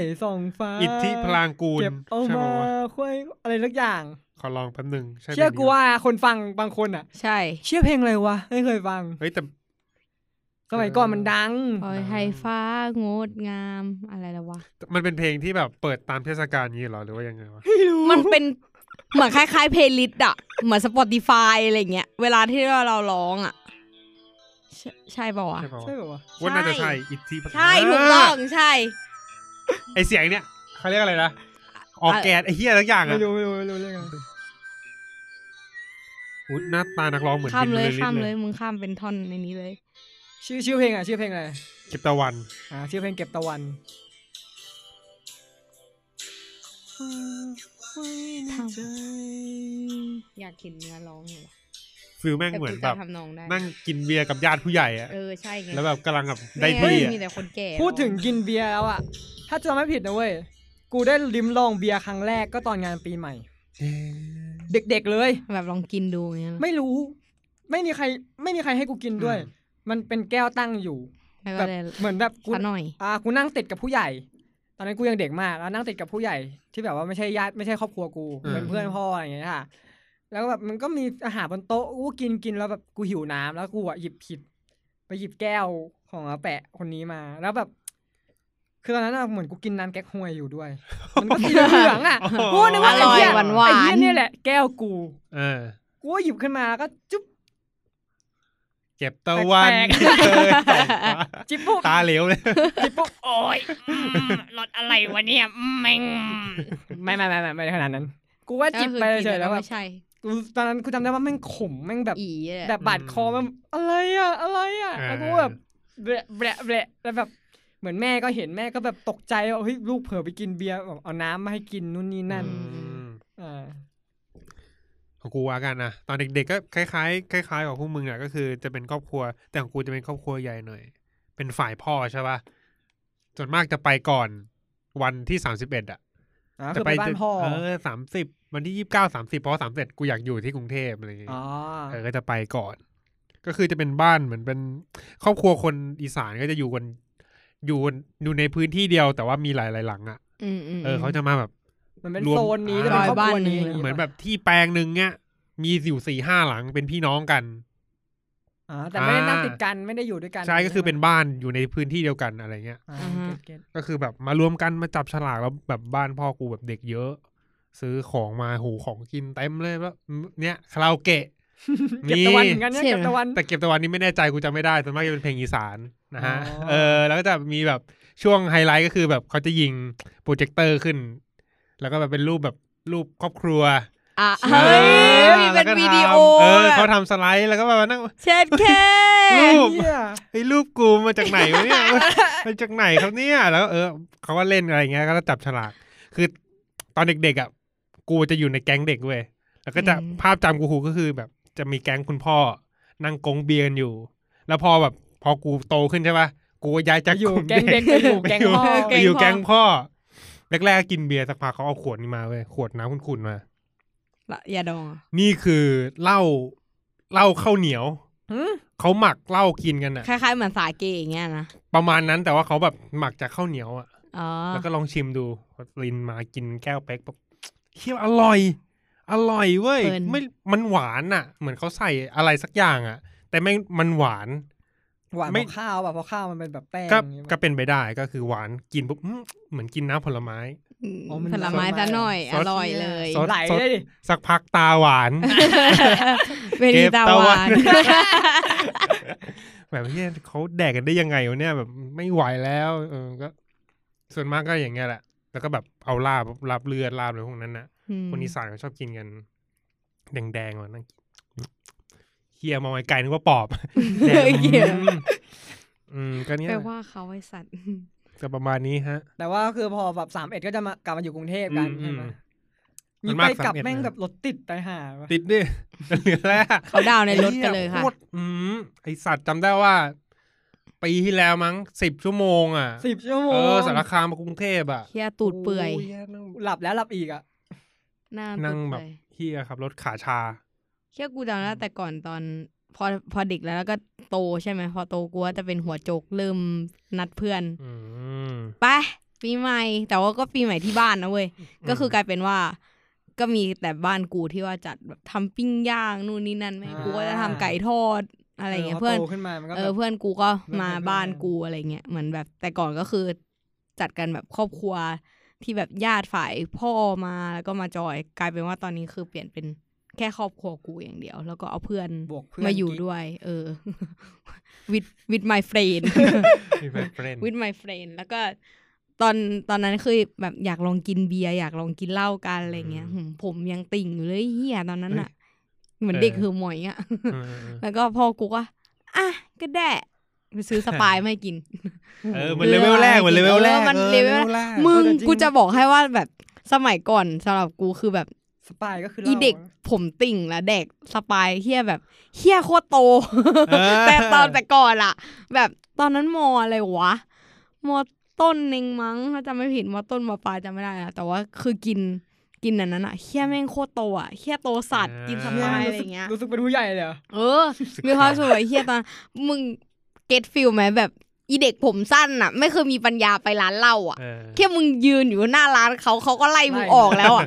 [SPEAKER 1] ยส่องฟ้า
[SPEAKER 2] อิทธิพลางกูล
[SPEAKER 1] เก็บเอา
[SPEAKER 2] ใช่ไหม
[SPEAKER 1] มาว
[SPEAKER 2] ะ
[SPEAKER 1] ควายอะไรสักอย่าง
[SPEAKER 2] ขอลองแป๊บหนึงใช่
[SPEAKER 1] เชื่อ
[SPEAKER 2] พลงนี้
[SPEAKER 1] กูว่าคนฟังบางคนอะ
[SPEAKER 5] ใช่
[SPEAKER 1] เชื่อเพลงอะไรวะ ไม่เคยฟัง
[SPEAKER 2] เฮ้ยแต่
[SPEAKER 1] สมัยก่อนมันดัง
[SPEAKER 5] [LAUGHS] ปล่อยให้ฟ้างดงามอะไรละวะ
[SPEAKER 2] มันเป็นเพลงที่แบบเปิดตามเทศกาลนี้เหรอหรือว่ายังไงวะ
[SPEAKER 5] มันเป็นเหมือนคล้ายๆเพลย์ลิสต์อะเหมือน Spotify อะไรเงี้ย เวลาที่เราร้องอะใช่ใช่ป่าวะ
[SPEAKER 2] ใช่ป่าวะ
[SPEAKER 1] ใช่ป่าวะ
[SPEAKER 2] ว่าน่าจะใช่อิทธิพลาง
[SPEAKER 5] ใช่ถูกต้องใช่
[SPEAKER 2] ไอเสียงเนี่ยเขาเรียกอะไรนะออกแกนไอเฮียทุกอย่างอะ
[SPEAKER 1] ไม่รู้ไม่รู้ไม่รู้เรื่องอะไร
[SPEAKER 2] อุ๊ยหน้าตานักร้องเหมือน
[SPEAKER 5] ข้าม
[SPEAKER 2] บิน
[SPEAKER 5] เล
[SPEAKER 2] บ
[SPEAKER 5] ย
[SPEAKER 2] รร
[SPEAKER 5] ข้าม
[SPEAKER 2] อ
[SPEAKER 5] เลยมึงข้ามเป็นท่อนในนี้เลย
[SPEAKER 1] ชื่อชื่อเพลงอ่ะ ชื่อเพลงอะไร
[SPEAKER 2] เก็บตะวัน
[SPEAKER 1] อ่า ชื่อเพลงเก็บตะวัน
[SPEAKER 5] ทำ อยากเห็นเนื้อร้องเหรอ
[SPEAKER 2] ฟิลแม่ง
[SPEAKER 5] แต่
[SPEAKER 2] เหมือ
[SPEAKER 5] กู
[SPEAKER 2] นแบ
[SPEAKER 5] จะ
[SPEAKER 2] บ
[SPEAKER 5] ทำนองได้
[SPEAKER 2] นั่งกินเบียร์กับญาติผู้ใหญ่อะ
[SPEAKER 5] เออใช่ไง
[SPEAKER 2] แล้วแบบกำลังแบบ
[SPEAKER 5] ม่
[SPEAKER 2] ได้ที่อะ
[SPEAKER 5] มีแต่คนแก่
[SPEAKER 1] พูดถึงกินเบียร์แล้วอ่ะ ถ้าจำไม่ผิดนะเว้ย กูได้ลิ้มลองเบียร์ครั้งแรกก็ตอนงานปีใหม่
[SPEAKER 2] เอ๊ะ
[SPEAKER 1] เด็กๆเลย
[SPEAKER 5] แบบลองกินดูอย่างเงี้ย
[SPEAKER 1] ไม่รู้ ไม่มีใคร ไม่มีใครให้กูกินด้วย
[SPEAKER 2] อืม
[SPEAKER 1] มันเป็นแก้วตั้งอยู่
[SPEAKER 5] แล้ว
[SPEAKER 1] แบ
[SPEAKER 5] ก็
[SPEAKER 1] บ
[SPEAKER 5] เลย
[SPEAKER 1] เหมือนแบบกู
[SPEAKER 5] ซะหน่อย
[SPEAKER 1] อ่ากูนั่งติดกับผู้ใหญ่ ตอนนั้นกูยังเด็กมากแล้วนั่งติดกับผู้ใหญ่ที่แบบว่าไม่ใช่ญาติไม่ใช่ครอบครัวกู
[SPEAKER 2] อืม
[SPEAKER 1] เป็นเพื่อนพ่ออะไรอย่างเงี้ยค่ะ แล้วก็แบบมันก็มีอาหารบนโต๊ะกูกินกินแล้วแบบกูหิวน้ำแล้วกูอ่ะหยิบผิด ไปหยิบแก้วของอาแปะคนนี้มา แล้วแบบ คือตอนนั้นอะเหมือนกูกินน้ำแก๊กฮวยอยู่ด้วย มันก็สีเหลืองๆ
[SPEAKER 2] [LAUGHS]
[SPEAKER 1] อ่ะกูนึกว่าไอ้เหี้ย
[SPEAKER 5] อร่อยหวานๆ
[SPEAKER 1] ไอ้เหี้ยเนี่ยแหละแก้วกู
[SPEAKER 2] เออ
[SPEAKER 1] กูก็หยิบขึ้นมาแล้วก็จุ๊บ
[SPEAKER 2] เก็บตะวัน
[SPEAKER 1] แปลกๆ
[SPEAKER 2] ที่เคยส่อง [LAUGHS] ฟ้า
[SPEAKER 1] จิบปุ๊บ
[SPEAKER 2] ตาเหลวเลย
[SPEAKER 1] จิบปุ๊บ
[SPEAKER 6] โอ้ยอืมรถอะไรวะเนี่ยอืมแม่ง
[SPEAKER 1] ไม่ไม่ไม่ไม่ไม่ขนาดนั้น กูว่าจิบไปเฉยๆแล้วแบบ
[SPEAKER 5] ไม่ใช่
[SPEAKER 1] กูตอนนั้นกูจำได้ว่าแม่งขมแม่งแบบ
[SPEAKER 5] อีอะ
[SPEAKER 1] แบบบาดคอมันอะไรอ่ะ อะไรอ่ะ
[SPEAKER 2] อ่า
[SPEAKER 1] แล้วก็แบบแบะแบะแบะแล้วแบบเหมือนแม่ก็เห็นแม่ก็แบบตกใจว่าเฮ้ยลูกเผลอไปกินเบียร์แบบเอาน้ำมาให้กินนู่นนี่นั่น
[SPEAKER 2] อืม
[SPEAKER 1] อ่า
[SPEAKER 2] ของกูอากันนะตอนเด็กๆก็คล้ายๆคล้ายๆของพวกมึงอ่ะก็คือจะเป็นครอบครัว แต่ของกูจะเป็นครอบครัวใหญ่หน่อย เป็นฝ่ายพ่อใช่ปะส่วนมากจะไปก่อนวันที่สามสิบเอ็ดอ่ะ
[SPEAKER 1] อ๋อ
[SPEAKER 2] จะ
[SPEAKER 1] คือไปบ้านพ่อ
[SPEAKER 2] เออสามสิบวันที่ยี่สิบเก้าสามสิบเพราะสามเสร็จกูอยากอยู่ที่กรุงเทพอะไรอย่างเงี้ย
[SPEAKER 1] อ๋อ
[SPEAKER 2] เออก็จะไปก่อน ก็คือจะเป็นบ้านเหมือนเป็นครอบครัวคนอีสานก็จะอยู่กันอยู่กันอยู่ในพื้นที่เดียว แต่ว่ามีหลายๆหลังอ่ะ
[SPEAKER 5] อืมอืม
[SPEAKER 2] เออเขาจะมาแบบ
[SPEAKER 1] มันเป็น
[SPEAKER 2] รวม
[SPEAKER 1] โซนนี้
[SPEAKER 2] อ่า
[SPEAKER 1] จะเป็นครอบครัว
[SPEAKER 5] บ้านหนึ่ง
[SPEAKER 1] นี้ย่งงี้
[SPEAKER 2] เหมือน
[SPEAKER 1] ป่ะ
[SPEAKER 2] แบบที่แปลงหนึ่งเนี้ยมีอยู่สี่ห้าหลังเป็นพี่น้องกัน
[SPEAKER 1] อ๋อแต่ไม่ได้
[SPEAKER 2] อ่า
[SPEAKER 1] นั่งติดกันไม่ได้อยู่ด้วยกัน
[SPEAKER 2] ใช่ก็คือเป็นบ้านอยู่ในพื้นที่เดียวกันอะไรเงี้ย
[SPEAKER 1] อ่าเก็ต
[SPEAKER 2] ก็คือแบบมารวมกันมาจับฉลากแล้วแบบบ้านพ่อกูแบบเด็กเยอะ ซื้อของมาหูของกินเต็มเลยแบบเนี่ยคาราโอเกะ
[SPEAKER 1] ๆเก็บตะวันเหมือนกันเนี่ย
[SPEAKER 5] เชี่ย
[SPEAKER 1] เก็บตะวัน
[SPEAKER 2] แต่เก็บตะวันนี้ไม่แน่ใจกูจำไม่ได้ส่วนมากจะเป็นเพลงอีสานนะฮะ
[SPEAKER 1] อ๋อ
[SPEAKER 2] เออ แล้วก็จะมีแบบช่วงไฮไลท์ก็คือแบบเขาจะยิงโปรเจคเตอร์ขึ้น แล้วก็แบบเป็นรูปแบบรูปครอบครัว
[SPEAKER 5] อ่ะเฮ้ยมี
[SPEAKER 2] แล้
[SPEAKER 5] เป็น
[SPEAKER 2] ก็
[SPEAKER 5] วิดีโอ
[SPEAKER 2] ทำเออ
[SPEAKER 5] แบบ
[SPEAKER 2] เขาทำสไลด์แล้วก็แบบมานั่ง
[SPEAKER 5] เช็ดแค่
[SPEAKER 2] [LAUGHS] รูป
[SPEAKER 1] เหี้ย
[SPEAKER 2] ไอ้รูปกูมาจากไหนวะเนี่ย มาจากไหนครับเนี่ย แล้วเออเขาก็เล่นอะไรอย่างเงี้ย ก็จับฉลาก คือตอนเด็กๆอ่ะ กูจะอยู่ในแก๊งเด็กเว้ย แล้วก็จะภาพจำกูครูก็คือแบบ จะมีแก๊งคุณพ่อ นั่งกงเบียร์กันอยู่ แล้วพอแบบพอกูโตขึ้นใช่ปะกูก็ย้ายจาก
[SPEAKER 1] อยู่
[SPEAKER 2] ลุ่ม
[SPEAKER 1] แก๊งเด็กไปอยู่แก๊งพ่อ
[SPEAKER 2] ไปอยู่แก๊งพ่อ แรกๆก็กินเบียร์สักพักเขาเอาขวดนี้มาเว้ย ขวดน้ำขุ่นๆมา
[SPEAKER 5] ละอย่าดองอ่ะ
[SPEAKER 2] นี่คือเหล้าเหล้าข้าวเหนียว
[SPEAKER 1] หืม
[SPEAKER 2] เขาหมักเหล้ากินกันอ่ะ
[SPEAKER 5] คล้ายๆเหมือนสาเกอย่างเงี้ยนะ
[SPEAKER 2] ประมาณนั้นแต่ว่าเขาแบบหมักจากข้าวเหนียวอ่ะ
[SPEAKER 5] อ๋อ
[SPEAKER 2] แล้วก็ลองชิมดูลินมากินแก้วเป๊กแบบเฮียอร่อย อร่อยเว้ยไม่มันหวานอ่ะ เหมือนเขาใส่อะไรสักอย่างอ่ะ แต่แม่งมันหวาน
[SPEAKER 1] หวาน
[SPEAKER 2] ไม่
[SPEAKER 1] เพราะข้าวป่ะเพราะข้าวมันเป็นแบบแป้ง
[SPEAKER 2] ก็
[SPEAKER 1] อย่างงี้ป่ะ
[SPEAKER 2] ก็เป็นไปได้ก็คือหวานกินปุ๊บอื้อเหมือนกินน้ำผลไม้
[SPEAKER 5] อืม
[SPEAKER 1] อ๋อมัน
[SPEAKER 5] ผลไม้
[SPEAKER 1] ซอส
[SPEAKER 5] ซะหน่อย
[SPEAKER 2] ซ
[SPEAKER 5] อ
[SPEAKER 2] อส
[SPEAKER 5] ร่อยเลย
[SPEAKER 2] ซอส
[SPEAKER 1] ไหลได้ดิ
[SPEAKER 2] สักพักตาหว [LAUGHS] าน
[SPEAKER 5] เวนิตา
[SPEAKER 2] เก็บตะวั
[SPEAKER 5] ว [LAUGHS] าน น
[SPEAKER 2] แบบเฮียเขาแดกกันได้ยังไงวะเนี่ยแบบไม่ไหวแล้ว เออก็ ส่วนมากก็อย่างเงี้ยแหละ แล้วก็แบบเอาลาบลาบเลือดลาบอะไรพวกนั้นน่ะ คนอีสานเขาชอบกินกัน แดงๆมานั่งกินเฮียมองไกลๆนึกว่าปอบแดง
[SPEAKER 5] เหี้ย
[SPEAKER 2] อืมอืมก็เนี่ย
[SPEAKER 5] ไปว่าเขาไอสัตว์
[SPEAKER 2] ก็ประมาณนี้ฮะ
[SPEAKER 1] แต่ว่าคือพอแบบสามเอ็ดก็จะมากลับมาอยู่กรุงเทพกัน
[SPEAKER 2] อื
[SPEAKER 1] ใช่
[SPEAKER 2] ม
[SPEAKER 1] ไหม
[SPEAKER 2] อืม
[SPEAKER 1] มี
[SPEAKER 2] มัน
[SPEAKER 1] ไป
[SPEAKER 2] มาก
[SPEAKER 1] กลับ
[SPEAKER 2] 31
[SPEAKER 1] แม่ง
[SPEAKER 2] นะ
[SPEAKER 1] แบบรถติดไปหาว่ะ
[SPEAKER 2] ติดดิเหลือแล้ว
[SPEAKER 5] เขาดาวในรถกันเลยค่ะ
[SPEAKER 2] โตรอืมไอสัตว์จำได้ว่า ปีที่แล้วมั้งสิบชั่วโมงอ่ะ
[SPEAKER 1] สิบชั่วโมง
[SPEAKER 2] เออสารคามมากรุงเทพอ่ะ
[SPEAKER 5] เฮียตูดเปื่อย
[SPEAKER 2] โยนั่ง
[SPEAKER 1] หลับแล้วหลับอีกอ่ะ
[SPEAKER 5] หน้า
[SPEAKER 2] นั่
[SPEAKER 5] ตู
[SPEAKER 2] ง
[SPEAKER 5] ด
[SPEAKER 2] แบ
[SPEAKER 5] เปื่
[SPEAKER 2] บ
[SPEAKER 5] อย
[SPEAKER 2] เฮียขับรถขาชา
[SPEAKER 5] เฮียกูจำได้แต่ก่อนตอน พอพอเด็กแล้วแล้วก็โตใช่ไหมพอโตกูว่าจะเป็นหัวโจกเริ่มนัดเพื่อน
[SPEAKER 2] อืม
[SPEAKER 5] ไปปีใหม่แต่ว่าก็ปีใหม่ที่บ้านนะเว้ย ก็คือกลายเป็นว่า ก็มีแต่บ้านกูที่ว่าจัดแบบทำปิ้งย่างนู่นนี่นั่นแม่ง
[SPEAKER 1] อ่า
[SPEAKER 5] กูก็จะทำไก่ทอดอะไรอย่างเงี้ย
[SPEAKER 1] พ
[SPEAKER 5] เพื่อน
[SPEAKER 1] โตขึ้นมามันก็
[SPEAKER 5] เอ
[SPEAKER 1] แบ
[SPEAKER 5] อบ เพื่อนกูก็
[SPEAKER 1] เริ่ม
[SPEAKER 5] มา
[SPEAKER 1] ทำ
[SPEAKER 5] บ้าน
[SPEAKER 1] บ้าน
[SPEAKER 5] กูอะไรเงี้ยเหมือนแบบแต่ก่อนก็คือ จัดกันแบบครอบครัวที่แบบญาติฝ่ายพ่อมาแล้วก็มาจอยกลายเป็นว่าตอนนี้คือเปลี่ยนเป็นแค่ครอบครัวกูอย่างเดียว แล้วก็เอาเพื่อน
[SPEAKER 1] บวกเพื่อน
[SPEAKER 5] มาอยู่
[SPEAKER 1] กิ๊ก
[SPEAKER 5] ด้วย เอ [LAUGHS] อ with with my
[SPEAKER 1] [LAUGHS]
[SPEAKER 5] friend
[SPEAKER 2] มีแฟนเฟรนด์
[SPEAKER 5] with my friend แล้วก็ตอนตอนนั้นคือแบบอยากลองกินเบียร์อยากลองกินเหล้ากันอะไรเงี้ย
[SPEAKER 2] อืม
[SPEAKER 5] หืมผมยังติ่งอยู่เลยเฮียตอนนั้นอะเหมือน
[SPEAKER 2] เออ
[SPEAKER 5] เด็กหือหมอย [LAUGHS] อะ
[SPEAKER 2] อืมอืม
[SPEAKER 5] แล้วก็พ่อกูก็อ่ะก็ได้ไปซื้อสปายไม่กิน
[SPEAKER 2] เออมันเลเวลแรกมันเลเวลแรก
[SPEAKER 5] เออมัน
[SPEAKER 2] ออ
[SPEAKER 5] เลเวล
[SPEAKER 2] แรก
[SPEAKER 5] มึง
[SPEAKER 1] แต่จริง
[SPEAKER 5] กูจะบอกให้ว่าแบบสมัยก่อนสำหรับกูคือแบบ
[SPEAKER 1] สปายก็คือ
[SPEAKER 5] อี
[SPEAKER 1] หล้า
[SPEAKER 5] เด็กผมติ่งและเด็กสปายเฮียแบบเฮียโคตรโต
[SPEAKER 2] เออ
[SPEAKER 5] [LAUGHS] แต่ตอนแต่ก่อนล่ะ แบบตอนนั้นมออะไรวะมอต้นเองมั้งถ้าจำไม่ผิดมอต้นมอปลายจำไม่ได้ละแต่ว่าคือกินกินอันนั้นอะเฮียแม่งโคตรโตอะเฮียโตสัตว์กินส
[SPEAKER 1] เนี่ย
[SPEAKER 5] ปาย
[SPEAKER 1] รู้
[SPEAKER 5] อะไร
[SPEAKER 1] สึก
[SPEAKER 5] เงี้ย
[SPEAKER 1] รู้สึกเป็นผู้ใหญ่เลยเหรอ
[SPEAKER 5] เออ มีความรู้สุขเฮียตอน มึงเก็ตฟิลไหมแบบ อีเด็กผมสั้นอ่ะ ไม่เคยมีปัญญาไปร้านเหล้าอ่ะ
[SPEAKER 2] เออ
[SPEAKER 5] แค่มึงยืนอยู่หน้าร้านเขาเขาก็ไล่มึงออกแล้วอ่ะ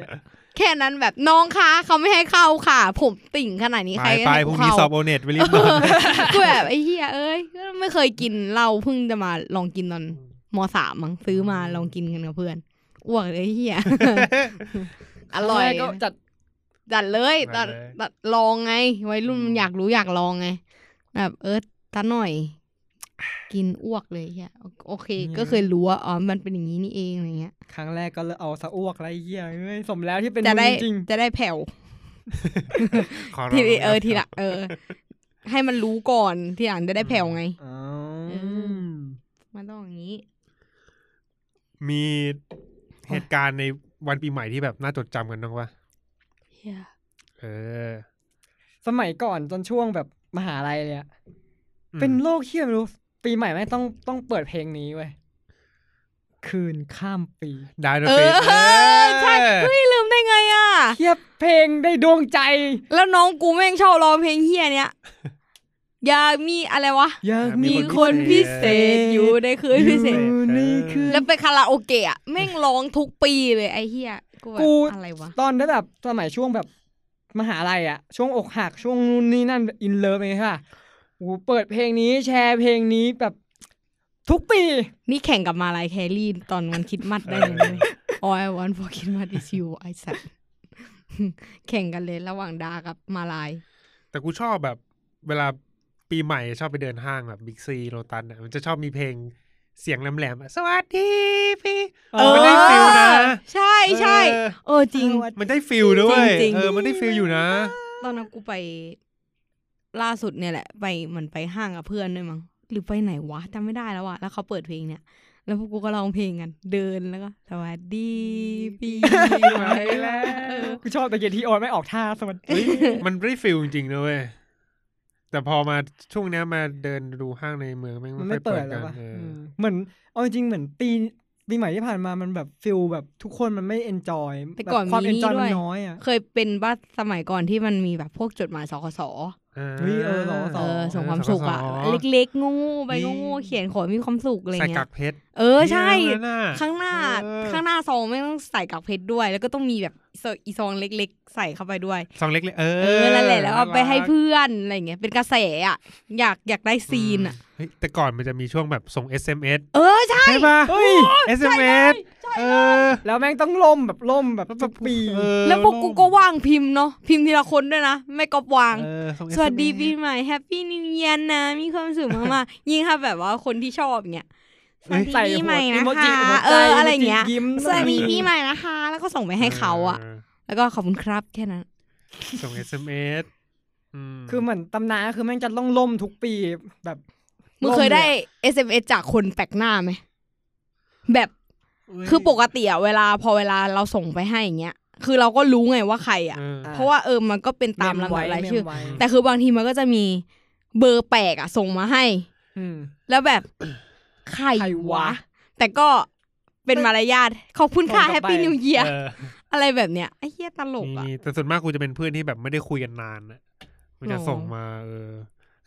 [SPEAKER 5] แค่นั้นแบบน้องคะเขาไม่ให้เข้าค่ะ ผมติ่งขนาดนี้ใค
[SPEAKER 2] ไป
[SPEAKER 5] ร
[SPEAKER 2] ไป
[SPEAKER 5] ให้
[SPEAKER 2] พรุ่ง
[SPEAKER 5] เข้า
[SPEAKER 2] นี้สอบโอเน็ตไปรีบนอน
[SPEAKER 5] [LAUGHS] กูแบบไอ้เฮียเอ้ยก็ไม่เคยกินเหล้าเพิ่งจะมาลองกินตอนมสามมั้งซื้อมาลองกินกันกับเพื่อนอ้วกเลยไอ้เฮีย อร่อย
[SPEAKER 1] ก็จัด
[SPEAKER 5] จัดเลย
[SPEAKER 2] จั
[SPEAKER 5] ตัด
[SPEAKER 2] ดเลย
[SPEAKER 5] ตัดลองไง วัยรุ่น
[SPEAKER 2] อืม
[SPEAKER 5] มันอยากรู้อยากลองไง แบบเออตาหน่อย กินอ้วกเลยเฮียโอเค ก็เคยรู้ว่าอ๋อมันเป็นอย่างนี้นี่เองอะไรเงี้ย
[SPEAKER 1] ครั้งแรกก็เลยเอาสะอ้วกไรเยี่ยเอ้ยสมแล้วที่เป็น
[SPEAKER 5] จะ
[SPEAKER 1] มึ
[SPEAKER 5] ได้
[SPEAKER 1] งจริง
[SPEAKER 5] จะได้แผ่ว
[SPEAKER 2] ขร้ง
[SPEAKER 5] ทีเออทีละเออ ให้มันรู้ก่อนทีหลังจะได้แผ่วไง
[SPEAKER 1] ๆอ๋อ
[SPEAKER 5] อื มันต้องอย่างนี้
[SPEAKER 2] มีเหตุการณ์ในวันปีใหม่ที่แบบน่าจดจำกันบ้างวะ
[SPEAKER 5] เฮีย
[SPEAKER 2] เออ
[SPEAKER 1] สมัยก่อนจนช่วงแบบมหาลัยเลยอะ
[SPEAKER 2] อืม
[SPEAKER 1] เป็นโรคเที่ยไม่รู้ ปีใหม่ไม่งต้องต้องเปิดเพลงนี้เว้ย คืนข้ามปี
[SPEAKER 2] ได้ดน
[SPEAKER 5] เอ
[SPEAKER 2] ตรี
[SPEAKER 5] อใช่เฮ้ยลืมได้ไงอ่ะ
[SPEAKER 1] เทียบเพลงได้ดวงใจ
[SPEAKER 5] แล้วน้องกูแม่งชอบร้องเพลงเฮียเนี้ยอยากมีอะไรวะ
[SPEAKER 1] อยากมี
[SPEAKER 5] มีคนพิเศษอยู่ในคืนพิเศษ
[SPEAKER 1] อยู่ในคืน
[SPEAKER 5] แล้วไปคาราโอเกะอะแม่งร้องทุกปีเลยไอ้เฮียกูแบบ
[SPEAKER 1] กู
[SPEAKER 5] อะไรวะ
[SPEAKER 1] ตอนนั้นแบบสมัยช่วงแบบมหาลัยอะช่วงอกหักช่วงนู่นนี่นั่นอินเลิฟเองค่ะโอ้โหเปิดเพลงนี้แชร์เพลงนี้แบบทุกปี
[SPEAKER 5] นี่แข่งกับมาลายแครี่ตอนวันคริดมัดได้เลย [LAUGHS] All I want for Christmas is you ไอ้สัตว์ [LAUGHS] แข่งกันเลยระหว่างดากับมาลาย
[SPEAKER 2] [LAUGHS] แต่กูชอบแบบ เวลาปีใหม่ชอบไปเดินห้างแบบบิ๊กซีโรตันอ่ะมันจะชอบมีเพลงเสียงแหลมๆอะสวัสดีพี่
[SPEAKER 1] เออ
[SPEAKER 2] มันได้ฟิลนะ
[SPEAKER 5] ใช่ใช่
[SPEAKER 2] เออ
[SPEAKER 5] เออจริง
[SPEAKER 2] มันได้ฟิลด้วย
[SPEAKER 5] จริงๆ
[SPEAKER 2] เออมันได้ฟิลอยู่นะ
[SPEAKER 5] ตอนนั้นกูไปล่าสุดเนี่ยแหละ ไปเหมือนไปห้างกับเพื่อนด้วยมั้งหรือไปไหนวะจำไม่ได้แล้วอะแล้วเขาเปิดเพลงเนี่ย แล้วพวกกูก็ร้องเพลงกัน เดินแล้วก็ สวัสดี
[SPEAKER 2] [LAUGHS]
[SPEAKER 5] ปีใหม่แล้วเออ
[SPEAKER 1] กูชอบแต่เกียร์ที่ออนไม่ออกท่าสมัย
[SPEAKER 2] เฮ้ยมันได้ฟิลจริงๆนะเว้ย แต่พอมาช่วงเนี้ยมาเดินดูห้างในเมืองแม่ง
[SPEAKER 1] มัน
[SPEAKER 2] ค่
[SPEAKER 1] ไม่
[SPEAKER 2] อย
[SPEAKER 1] เปิดแล้ว
[SPEAKER 2] กั
[SPEAKER 1] ป่ะ
[SPEAKER 2] เอออ
[SPEAKER 1] มเหมือนเอาจริงๆเหมือนปีปีใหม่ที่ผ่านมามันแบบฟิลแบบทุกคนมันไม่เอนจอย
[SPEAKER 5] แต่ก่อน
[SPEAKER 1] ความ
[SPEAKER 5] มี
[SPEAKER 1] เอน
[SPEAKER 5] นี่
[SPEAKER 1] จอย
[SPEAKER 5] ด้
[SPEAKER 1] มั
[SPEAKER 5] วย
[SPEAKER 1] นน้อยอะ
[SPEAKER 5] เคยเป็นบ้าสมัยก่อนที่มันมีแบบพวกจดหมายสคส
[SPEAKER 1] เฮ้ยเออสอส
[SPEAKER 5] เอ
[SPEAKER 1] อ
[SPEAKER 5] อส่งความสุขอะ
[SPEAKER 2] สส
[SPEAKER 5] เล็กๆงูๆไปงูๆเขียนขอให้มีความสุขอะไร
[SPEAKER 2] ใส่
[SPEAKER 5] เงี้
[SPEAKER 2] กั
[SPEAKER 5] ย
[SPEAKER 2] กเพชร
[SPEAKER 5] เออใช่
[SPEAKER 2] เนี่ยนะ
[SPEAKER 5] [LAUGHS] ข้างหน้า
[SPEAKER 2] เออ
[SPEAKER 5] ข้างหน้าซองไม่ต้องใส่กักเพชรด้วย แล้วก็ต้องมีแบบซองอีซองเล็กๆ ใส่เข้าไปด้วย
[SPEAKER 2] ซองเล็กๆเอ
[SPEAKER 5] เอ
[SPEAKER 2] อ
[SPEAKER 5] อนั่นแหละแล้วเอาไปให้
[SPEAKER 2] น่ารัก
[SPEAKER 5] เพื่อนอะไรเงี้ยเป็นกระแสอะอยากอยากได้ซีนอะ
[SPEAKER 2] เฮ้ยแต่ก่อนมันจะมีช่วงแบบส่ง SMS
[SPEAKER 5] เออใช่
[SPEAKER 2] ใช่ป่ะ
[SPEAKER 1] เฮ้ย
[SPEAKER 2] SMS เออ
[SPEAKER 1] แล้วแม่งต้องล่มแบบล่มแบบทุกปี
[SPEAKER 2] เออ
[SPEAKER 5] แล้วพวกกูก็ว่างพิมพ์เนาะพิมพ์ทีละคนด้วยนะ ไม่ก๊อปวาง
[SPEAKER 2] เออส่ง
[SPEAKER 5] สวัสดี
[SPEAKER 2] SMS
[SPEAKER 5] ปีใหม่แฮปปี้นิวเยียนนะ มีความสุขมากๆ ยิ่งถ้าแบบว่าคนที่ชอบเนี่ยสวัสดี
[SPEAKER 1] ใส่
[SPEAKER 5] ปี
[SPEAKER 1] หั
[SPEAKER 5] ใหม่
[SPEAKER 1] วอี
[SPEAKER 5] นะ
[SPEAKER 1] โมจิหั
[SPEAKER 5] คะ
[SPEAKER 1] ว
[SPEAKER 5] เอ
[SPEAKER 1] ใจ
[SPEAKER 5] ออะไรเงี้ย
[SPEAKER 1] โมจิยิ้ม
[SPEAKER 5] สวัสดีปีใหม่นะคะ แล้วก็ส่งไปให้เขาอะแล้วก็ขอบคุณครับแค่นั้น
[SPEAKER 2] ส่ง SMS อืม
[SPEAKER 1] คือเหมือนตำนานก็คือแม่งจะต้องล่มทุกปีแบบ
[SPEAKER 5] มึงเคยได้
[SPEAKER 1] ล่ลอะ
[SPEAKER 5] SMS จากคนแปลกหน้าไหม แบบคือปกติอะเวลาพอเวลาเราส่งไปให้อย่างเงี้ย คือเราก็รู้ไงว่าใครอะ
[SPEAKER 2] เออ
[SPEAKER 5] เพราะว่าเออมันก็เป็นตามลำดับรายชื่อ
[SPEAKER 1] เมมไว้
[SPEAKER 5] แต่คือบางทีมันก็จะมีเบอร์แปลกอะส่งมาให้
[SPEAKER 1] อืม
[SPEAKER 5] แล้ว
[SPEAKER 1] [COUGHS]
[SPEAKER 5] แบบ ใคร
[SPEAKER 1] ใคร
[SPEAKER 5] วะ
[SPEAKER 1] วะ
[SPEAKER 5] แต่ก็เป็นมารยาทขอบคุณค่ะ
[SPEAKER 1] ส่งก
[SPEAKER 5] แฮ
[SPEAKER 1] ลั
[SPEAKER 5] ป
[SPEAKER 1] บไป
[SPEAKER 5] ปี้นิวเยีย
[SPEAKER 2] เออ
[SPEAKER 5] อะไรแบบเนี้ยไอ้เหี้ยตลกอะ
[SPEAKER 2] มีแต่ส่วนมากกูจะเป็นเพื่อนที่แบบไม่ได้คุยกันนานน่ะมันจะ
[SPEAKER 5] หรอ
[SPEAKER 2] ส่งมา เออ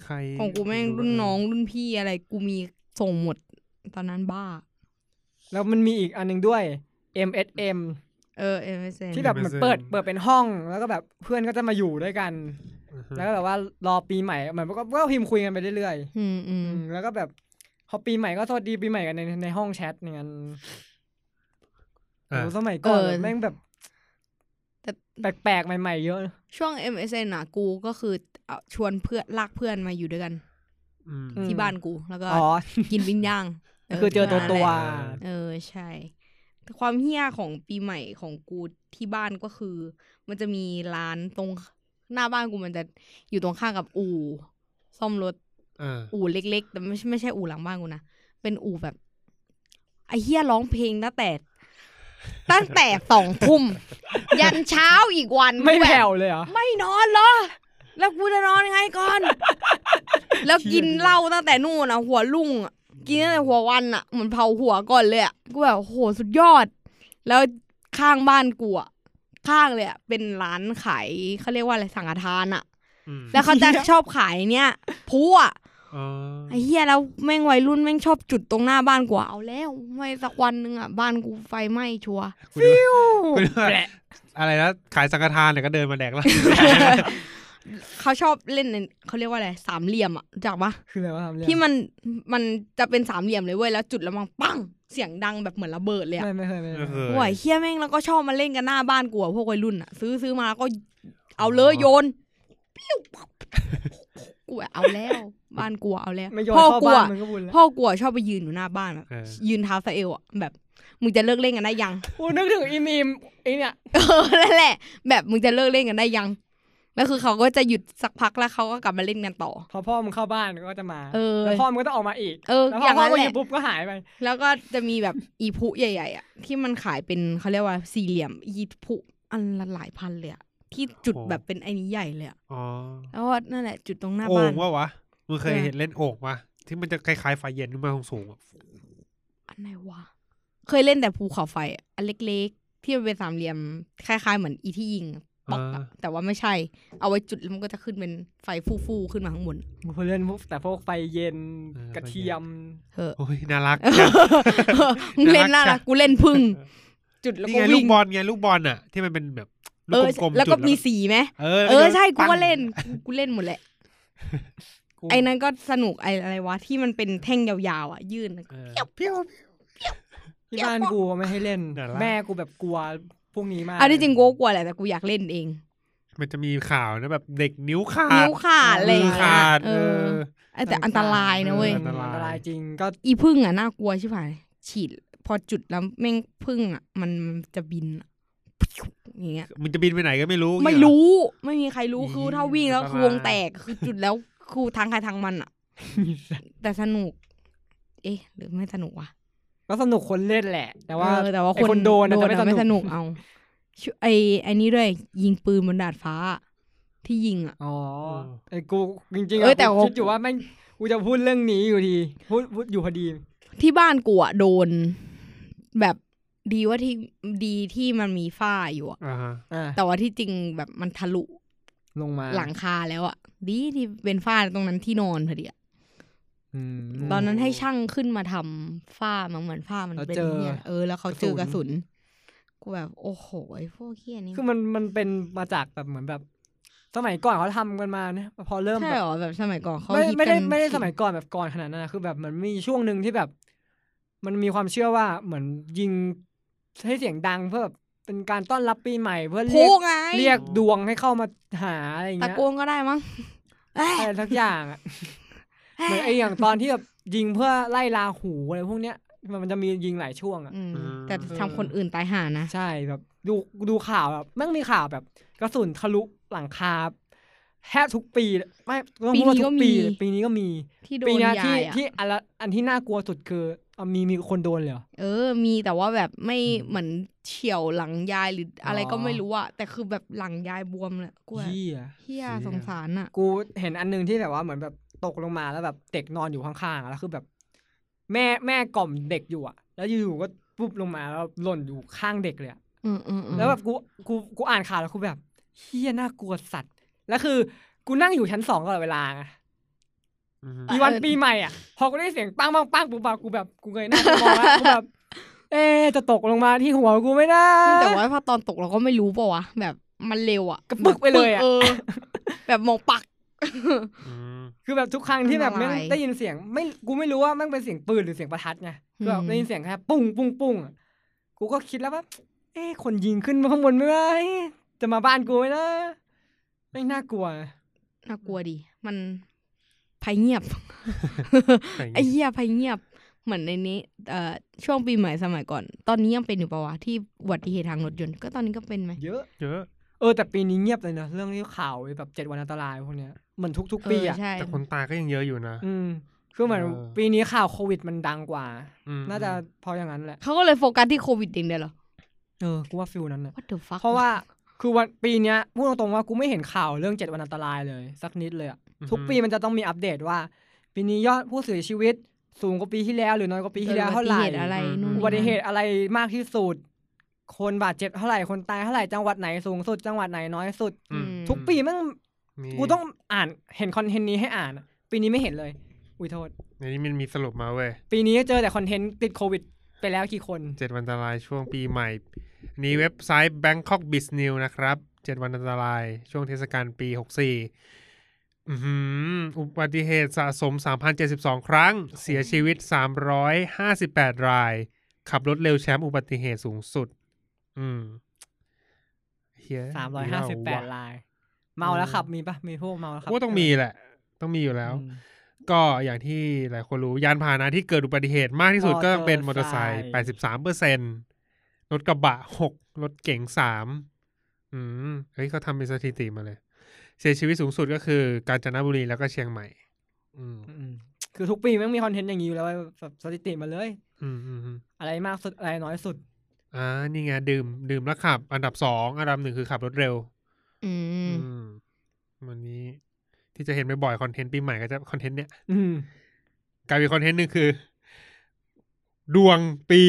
[SPEAKER 2] ใคร
[SPEAKER 5] ของกูแม่งรุ่นน้องรุ่นพี่อะไรกูมีส่งหมด ตอนนั้นบ้า
[SPEAKER 1] แล้วมันมีอีกอันหนึงด้วย MSM
[SPEAKER 5] เออ MSN
[SPEAKER 1] ที่แบบเหมือนเปิดเปิดเป็นห้องแล้วก็แบบเพื่อนก็จะมาอยู่ด้วยกัน
[SPEAKER 2] อือฮึ
[SPEAKER 1] แล้วก็แบบว่ารอปีใหม่เหมือนก็ก็พิมพ์คุยกันไปเรื่อย
[SPEAKER 5] อืมอื
[SPEAKER 1] ๆอื
[SPEAKER 5] ม
[SPEAKER 1] มแล้วก็แบบพอปีใหม่ก็สวัสดีปีใหม่กันในในห้องแชทอย่างนั้น
[SPEAKER 2] อ่ะ
[SPEAKER 1] โอ้สมัยก่อนแบบแม่งแบบ
[SPEAKER 5] แต่
[SPEAKER 1] แปลกๆใหม่ๆเยอะ
[SPEAKER 5] ช่วง MSN อ่ะกูก็คือเอาชวนเพื่อนลากเพื่อนมาอยู่ด้วยกัน
[SPEAKER 2] อืม
[SPEAKER 1] อืม
[SPEAKER 5] ที่บ้านกูแล้วก็
[SPEAKER 1] อ๋อ
[SPEAKER 5] กินปิ้งย่าง
[SPEAKER 1] คือเจอตัวตัว
[SPEAKER 5] เออใช่แต่ความเฮี้ยของปีใหม่ของกูที่บ้านก็คือ มันจะมีร้านตรงหน้าบ้านกูมันจะอยู่ตรงข้างกับอู่ซ่อมรถ
[SPEAKER 2] อ่า
[SPEAKER 5] อู่เล็ก ๆ แต่ไม่ใช่ไม่ใช่อู่หลังบ้านกูนะ เป็นอู่แบบไอ้เฮียร้องเพลงตั้งแต่ ตั้งแต่สองทุ่ม ยันเช้าอีกวัน
[SPEAKER 1] ไม่
[SPEAKER 5] กูบบ
[SPEAKER 1] แผ่วเลยเหรอ
[SPEAKER 5] ไม่นอนเหรอ แล้วกูจะนอนยังไงก่อน [LAUGHS] แล้วกินเหล้าตั้งแต่นู่นอ่ะ หัวลุ่งอะกินตั้งแต่หัววันอ่ะเหมือนเผาหัวก่อนเลยอ่ะกูแบบโอ้โหสุดยอด แล้วข้างบ้านกูอ่ะข้างเลยอ่ะเป็นร้านขายเขาเรียกว่าอะไรสังฆทานอ่ะ
[SPEAKER 2] อืม
[SPEAKER 5] แล้วเขาจะชอบขายเนี่ยพลุอ่ะ
[SPEAKER 2] อ๋อ
[SPEAKER 5] ไอ้เหี้ยแล้วแม่งวัยรุ่นแม่งชอบจุดตรงหน้าบ้านกูอะเอาแล้วไม่สักวันหนึ่งอ่ะบ้านกูไฟไหม้ชัวร์
[SPEAKER 2] กูดูกูดูว่าอะไรนะขายสังฆทานเนี่ยก็เดินมาแดกแล้ว
[SPEAKER 5] เขาชอบเล่นในเขาเรียกว่าอะไรสามเหลี่ยมอ่ะรู้จักปะ
[SPEAKER 1] คืออะไรวะทำเรื่อง
[SPEAKER 5] ที่มันมันจะเป็นสามเหลี่ยมเลยเว้ยแล้วจุดแล้วมันปังเสียงดังแบบเหมือนระเบิดเลยอะ
[SPEAKER 1] ไม่ไม่เคยไม่เคย
[SPEAKER 5] [LAUGHS] โอ้ยเหี้ยแม่งแล้วก็ชอบมาเล่นกันหน้าบ้านกูอะพวกวัยรุ่นอ่ะซื้อซื้อมาก็เอาเลยโยนปิ้วปั๊บกูอะเอาแล้ว บ้านกูอะเอาแล้ว
[SPEAKER 1] ไม่โยน
[SPEAKER 5] พ่อ
[SPEAKER 1] เข้า
[SPEAKER 5] กู
[SPEAKER 1] บ้าน
[SPEAKER 5] อะ
[SPEAKER 1] มันก็บุญแล้ว
[SPEAKER 5] พ่อกูอะชอบไปยืนอยู่หน้าบ้านแบบ
[SPEAKER 2] เออ
[SPEAKER 5] ยืนเท้าสะเอวอะแบบมึงจะเลิกเล่นกันได้ยัง [LAUGHS]
[SPEAKER 1] กูนึกถึงอีมีมไอเนี่ย
[SPEAKER 5] เออนั่นแหละ แบบมึงจะเลิกเล่นกันได้ยังแล้วคือเขาก็จะหยุดสักพักแล้วเขาก็กลับมาเล่นกันต่อ
[SPEAKER 1] พอพ่อมึงเข้าบ้านก็จะมา
[SPEAKER 5] เออ
[SPEAKER 1] แล้วพ่อมึงก็ต้องออกมาอีก
[SPEAKER 5] เออ
[SPEAKER 1] แล้วพอ
[SPEAKER 5] อ
[SPEAKER 1] ย่างพ่อ
[SPEAKER 5] นั้น
[SPEAKER 1] มึงอ
[SPEAKER 5] แห
[SPEAKER 1] ยู่
[SPEAKER 5] ละ
[SPEAKER 1] ปุ๊บก็หายไป
[SPEAKER 5] แล้วก็จะมีแบบอีพุใหญ่ ๆอ่ะที่มันขายเป็นเขาเรียกว่าสี่เหลี่ยมอีพุอันละหลายพันเลยอะที่จุด
[SPEAKER 2] โอ้โห
[SPEAKER 5] แบบเป็นไอ้นี้ใหญ่เลยอะ
[SPEAKER 2] อ๋อ
[SPEAKER 5] แล้วก็นั่นแหละ จุดตรงหน้า
[SPEAKER 2] โอ่
[SPEAKER 5] บ้าน
[SPEAKER 2] งว่าวะมึงเคย
[SPEAKER 5] เออ
[SPEAKER 2] เห็นเล่นโอ่งปะที่มันจะคล้ายๆไฟเย็นขึ้นมาสูงๆอะ
[SPEAKER 5] อันไหนวะ เคยเล่นแต่ภูเขาไฟอะอันเล็กๆ ที่มันเป็นสามเหลี่ยมคล้ายๆเหมือนอีที่ยิงบล็อกอะ
[SPEAKER 2] อ่า
[SPEAKER 5] แต่ว่าไม่ใช่ เอาไว้จุดแล้วมันก็จะขึ้นเป็นไฟฟูๆขึ้นมา
[SPEAKER 2] [LAUGHS]
[SPEAKER 5] ข้างบน
[SPEAKER 1] เล่นพวกแต่พวกไฟเย็น
[SPEAKER 2] เออ
[SPEAKER 1] กระเทียม
[SPEAKER 5] เออ
[SPEAKER 2] โอ้ยน่ารัก
[SPEAKER 5] มึงเล่นน่ารักกูเล่นพึ่ง จุดแล้ว
[SPEAKER 2] นี่
[SPEAKER 5] ก็
[SPEAKER 2] ไงลู
[SPEAKER 5] วิ่
[SPEAKER 2] ก
[SPEAKER 5] ง
[SPEAKER 2] บอลไงลูกบอลอ่ะ ที่มันเป็นแบบ
[SPEAKER 5] เอ
[SPEAKER 2] ลูก
[SPEAKER 5] อก
[SPEAKER 2] ลมๆ
[SPEAKER 5] แล้วก็
[SPEAKER 2] จุด
[SPEAKER 5] มีสีไหม
[SPEAKER 2] เออ
[SPEAKER 5] เออใช่กู
[SPEAKER 2] ปั้ง
[SPEAKER 5] ก็เล่นกูกูเล่นหมดแหละ
[SPEAKER 1] กู
[SPEAKER 5] ไอ้นั้นก็สนุกไอ้อะไรวะที่มันเป็นแท่งยาวๆอ่ะยื่นแล้วก็
[SPEAKER 2] เออ
[SPEAKER 1] เพี้ยวที่บ้านกูไม่ให้เล่น
[SPEAKER 2] น่ารัก
[SPEAKER 1] แม่กูแบบกลัวพวกนี้มาก
[SPEAKER 5] อันที่จริงกูก็กลัวแหละแต่กูอยากเล่นเอง
[SPEAKER 2] มันจะมีข่าวนะแบบเด็กนิ้วขาด
[SPEAKER 5] นิ้วขาดอะไรอ
[SPEAKER 2] มือย่าง
[SPEAKER 5] เงี้ย
[SPEAKER 2] ขาด
[SPEAKER 5] เอ
[SPEAKER 2] เอ
[SPEAKER 5] อ
[SPEAKER 2] อ
[SPEAKER 5] ไอ้แต่อันตรายนะเว้ย
[SPEAKER 1] อั
[SPEAKER 2] นตราย
[SPEAKER 1] นตรายจริงก็
[SPEAKER 5] อีพึ่งอ่ะน่ากลัวใช่ไหมฉีด พอจุดแล้วแม่งพึ่งอ่ะ มันมันจะบินอะอย่างเงี้ย
[SPEAKER 2] มันจะบินไปไหนก็ไม่รู้
[SPEAKER 5] ไม่
[SPEAKER 2] เนี่ย
[SPEAKER 5] รู้ไม่มีใครรู้คือถ้าวิ่งแล้ว
[SPEAKER 2] อันตราย
[SPEAKER 5] คือวงแตกคือจุดแล้วคือทางใครทางมัน
[SPEAKER 2] [LAUGHS]
[SPEAKER 5] อ่ะ แต่สนุก เอ๊ะ หรือไม่สนุกวะ
[SPEAKER 1] ก็สนุกคนเล่นแหละ แต่ว่า
[SPEAKER 5] เออแต่ว่า
[SPEAKER 1] ไอ้คนโดนอะ
[SPEAKER 5] โดนอะ
[SPEAKER 1] จะไม่
[SPEAKER 5] ไม่
[SPEAKER 1] ส
[SPEAKER 5] ส
[SPEAKER 1] นุ
[SPEAKER 5] นุ
[SPEAKER 1] ก
[SPEAKER 5] กเอาชุไอไอนี้ด้วย ยิงปืนบนดาดฟ้า ที่ยิงอ่ะ
[SPEAKER 1] อ๋อไอ้กูจริงๆ
[SPEAKER 5] เอ้ย
[SPEAKER 1] อะ
[SPEAKER 5] แต่
[SPEAKER 1] กู
[SPEAKER 5] ว่า
[SPEAKER 1] คิดอยู่ว่าแม่งกูจะพูดเรื่องนี้อยู่ดีพูดพูดอยู่พอดี
[SPEAKER 5] ที่บ้านกูอะโดน แบบดีว่าที่ดีที่มันมีฝ้าอยู่อะ
[SPEAKER 2] อ่าฮะ
[SPEAKER 1] อ่ะ
[SPEAKER 5] แต่ว่าที่จริงแบบมันทะลุ
[SPEAKER 1] ลงมา
[SPEAKER 5] หลังคาแล้วอะดีที่เป็นฝ้าตรงนั้นที่นอนพอดีอะ
[SPEAKER 1] อืม
[SPEAKER 5] ตอนนั้นให้ช่างขึ้นมาทำฝ้ามันเหมือนฝ้ามัน
[SPEAKER 1] แล้ว
[SPEAKER 5] เป็น
[SPEAKER 1] เจอ
[SPEAKER 5] เนี่ยเออแล้วเขาเจอก
[SPEAKER 1] กระ
[SPEAKER 5] ระ
[SPEAKER 1] สุ
[SPEAKER 5] สุ
[SPEAKER 1] น
[SPEAKER 5] นกูแบบ โอ้โหไอ้พวกเฮียนี่
[SPEAKER 1] คือมันมันเป็นมาจากแบบเหมือนแบบ สมัยก่อนเขาทำกันมาเนี่ยพอเริ่ม
[SPEAKER 5] ใช่
[SPEAKER 1] แบบ
[SPEAKER 5] เหรอแบบสมัยก่อนเขา
[SPEAKER 1] ไม่
[SPEAKER 5] ฮิต
[SPEAKER 1] ไม่ได้
[SPEAKER 5] กัน
[SPEAKER 1] ไม่ได้สมัยก่อนแบบก่อนขนาดนั้นนะคือแบบมันมีช่วงหนึ่งที่แบบ มันมีความเชื่อว่าเหมือนยิงให้เสียงดังเพื่อแบบเป็นการต้อนรับปีใหม่ เพื่อ
[SPEAKER 5] พู
[SPEAKER 1] เรียก
[SPEAKER 5] กไง
[SPEAKER 1] เรียกดวงให้เข้ามาหาอะไรอย่าง
[SPEAKER 5] ตะ
[SPEAKER 1] เงี้ย
[SPEAKER 5] โกนก็ได้มั้งเอ้ย
[SPEAKER 1] อะไรทักอย่าง
[SPEAKER 5] [LAUGHS]
[SPEAKER 1] อะ
[SPEAKER 5] เอ้
[SPEAKER 1] เหมือนไอย อย่างตอนที่แบบยิงเพื่อไล่ลาหูอะไรพวกเนี้ยมันมันจะมียิงหลายช่วงอ่ะ
[SPEAKER 5] อืมแต่ทำคนอื่นตายห่านะ
[SPEAKER 1] ใช่แบบดูดูข่าวแบบแม่งมีข่าวแบบ กระสุนทะลุหลังคาแทบทุกปีเลยไม่ต้องพูดว่าทุกปีเลย
[SPEAKER 5] ปี
[SPEAKER 1] ปี
[SPEAKER 5] นี้
[SPEAKER 1] นี้
[SPEAKER 5] ก็
[SPEAKER 1] ก็
[SPEAKER 5] มี
[SPEAKER 1] มี
[SPEAKER 5] ที่โด
[SPEAKER 1] ปี
[SPEAKER 5] น
[SPEAKER 1] เนี้ย
[SPEAKER 5] ยา
[SPEAKER 1] ที่
[SPEAKER 5] ยอะ
[SPEAKER 1] ที่อันละอันที่น่ากลัวสุดคือเอามีมีคนโดนเลยเหรอ
[SPEAKER 5] เออ มีแต่ว่าแบบไม่เหมือนเฉียวหลังยายหรืออะไรก็ไม่รู้อะแต่คือแบบหลังยายบวมเลยกูแบบ
[SPEAKER 1] เฮีย
[SPEAKER 5] เฮียสงสารอะ
[SPEAKER 1] กูเห็นอันหนึงที่แบบว่าเหมือนแบบตกลงมาแล้วแบบเด็กนอนอยู่ข้างๆอะแล้วคือแบบ แม่แม่กล่อมเด็กอยู่อะแล้วอยู่ๆก็ปุ๊บลงมาแล้วหล่นอยู่ข้างเด็กเลยอะ
[SPEAKER 5] อืมอืมอืม
[SPEAKER 1] แล้วแบบกูกูกูอ่านข่าวแล้วกูแบบเฮียน่ากลัวสัตว์แล้วคือกูนั่งอยู่ชั้นสองตลอดเวลาไง
[SPEAKER 2] อืม
[SPEAKER 1] อีวันปีใหม่อะพอกูได้เสียงปังปังปังปุ๊บอะกูแบบกูเงยหน้ากูมองแล้วกูแบบ [LAUGHS] เอ๊ะจะตกลงมาที่หัวกูไม่ได้
[SPEAKER 5] แต่ว่าพอตอนตกเราก็ไม่รู้ป่าวะแบบมันเร็วอะ
[SPEAKER 1] กระปึกไปเลยอะ
[SPEAKER 5] เออ แบบมองปัก
[SPEAKER 1] คือแบบทุกครั้งที่แบบ
[SPEAKER 5] อันต
[SPEAKER 1] แม่
[SPEAKER 5] ราย
[SPEAKER 1] งได้ยินเสียงไม่กูไม่รู้ว่าแม่งเป็นเสียงปืนหรือเสียงประทัดไงคือแบบ
[SPEAKER 5] อืม
[SPEAKER 1] ได้ยินเสียงแค่ปุ้งปุ้งปุ้งอะกูก็คิดแล้วว่าเอ๊ะคนยิงขึ้นมาข้างบนไหมวะเอ๊ะจะมาบ้านกูไหมนะไม่งน่ากลัว
[SPEAKER 5] น่ากลัวดิมันภัยเงี
[SPEAKER 1] [LAUGHS]
[SPEAKER 5] ยบ ไอ้เหี้ยภัยเงียบ เหมือนในนี้เอ่อช่วงปีใหม่สมัยก่อน ตอนนี้ยังเป็นอยู่ปะวะที่อุบัติเหตุทางรถยนต์ก็ตอนนี้ก็เป็นไหม
[SPEAKER 1] เยอะ
[SPEAKER 2] เยอะ
[SPEAKER 1] เออแต่ปีนี้เงียบเลยนะเรื่องที่ข่าวไอ้แบบเจ็ดวันอันตรายพวกเนี้ยเหมือนทุก ๆ ปีอ่ะ
[SPEAKER 5] เใช่
[SPEAKER 2] แต่คนตายก็ยังเยอะอยู่นะ
[SPEAKER 1] อืมคือเหมือน
[SPEAKER 2] เออ
[SPEAKER 1] ปีนี้ข่าวโควิดมันดังกว่า
[SPEAKER 2] อืม
[SPEAKER 1] น่าจะเพออย่างนั้นแหละ
[SPEAKER 5] เขาก็เลยโฟกัสที่โควิดเองเดียวเหรอ
[SPEAKER 1] เออกูว่าฟิลนั้นน่ะ
[SPEAKER 5] What the fuck
[SPEAKER 1] เพราะว่าคือวันปีเนี้ยพูดตรงๆว่ากูไม่เห็นข่าวเรื่องเจ็ดวันอันตรายเลยสักนิดเลยอะ
[SPEAKER 2] อือฮึ
[SPEAKER 1] ทุกปีมันจะต้องมีอัปเดตว่าปีนี้ยอดผู้เสียชีวิต สูงกว่าปีที่แล้ว หรือน้อยกว่าปีที่แล้วเท่าไหร่
[SPEAKER 5] อุบัติตุอะไรนู่น
[SPEAKER 1] อุบัติเหตุอะไรมากที่สุด คนบาดเจ็บเท่าไหร่คนตายเท่าไหร่จังหวัดไหนสูงสุดจังหวัดไหนน้อยสุด
[SPEAKER 5] อืม
[SPEAKER 1] ทุกปีแมัน
[SPEAKER 2] มี
[SPEAKER 1] กูต้องอ่านเห็นคอนเทนต์นี้ให้อ่านอะปีนี้ไม่เห็นเลย อุ้ยโทษ
[SPEAKER 2] ในนี้มันมีสรุปมาเว้ย
[SPEAKER 1] ปีนี้เจอแต่คอนเทนต์ติดโควิด ไปแล้วกี่คน
[SPEAKER 2] เจ็ดวันอันตรายช่วงปีใหม่นี้เว็บไซต์ Bangkok Biz News นะครับเจ็ดวันอันตราย ช่วงเทศกาลปีหกสี่อุบัติเหตุสะสม 3,072 ครั้ง เสียชีวิต 358 ราย ขับรถเร็วแชมป์อุบัติเหตุสูงสุด อืมเฮีย
[SPEAKER 1] สามร้อยห้าสิบแปด
[SPEAKER 2] เล่าว่ะ
[SPEAKER 1] ลาย เมาแล้วขับมีปะมีพวกเมาแล้วขับ
[SPEAKER 2] กูว่าต้องมีแหละ ต้องมีอยู่แล้ว
[SPEAKER 1] อืม
[SPEAKER 2] ก็อย่างที่หลายคนรู้ยานพาหนะที่เกิดอุบัติเหตุมากที่สุดก็ต้องเป็นมอเตอร์ไซค์
[SPEAKER 1] มอเตอร์ไซ
[SPEAKER 2] แปด
[SPEAKER 1] ค์
[SPEAKER 2] สิบสามเปอร์เซ็นรถกระบะหกรถเก๋งสามอืมเฮ้ยเขาทำเป็นสถิติมาเลย เสียชีวิตสูงสุดก็คือกาญจนบุรีแล้วก็เชียงใหม่ อืม
[SPEAKER 1] อืมคือทุกปีแมันมีคอนเทนต์อย่างนี้อยู่แล้วแบบสถิติมาเลย
[SPEAKER 2] อืมอืมอืม
[SPEAKER 1] อะไรมากสุดอะไรน้อยสุด
[SPEAKER 2] อ่านี่ไงดื่ม ดื่มแล้วขับ อันดับสองอันดับหนึ่งคือขับรถเร็ว
[SPEAKER 5] อืม
[SPEAKER 2] อืมวันนี้ที่จะเห็นบ่อยๆคอนเทนต์ปีใหม่ก็จะคอนเทนต์เนี้ย
[SPEAKER 1] อืม
[SPEAKER 2] กลายเป็นคอนเทนต์หนึ่งคือ ดวงปี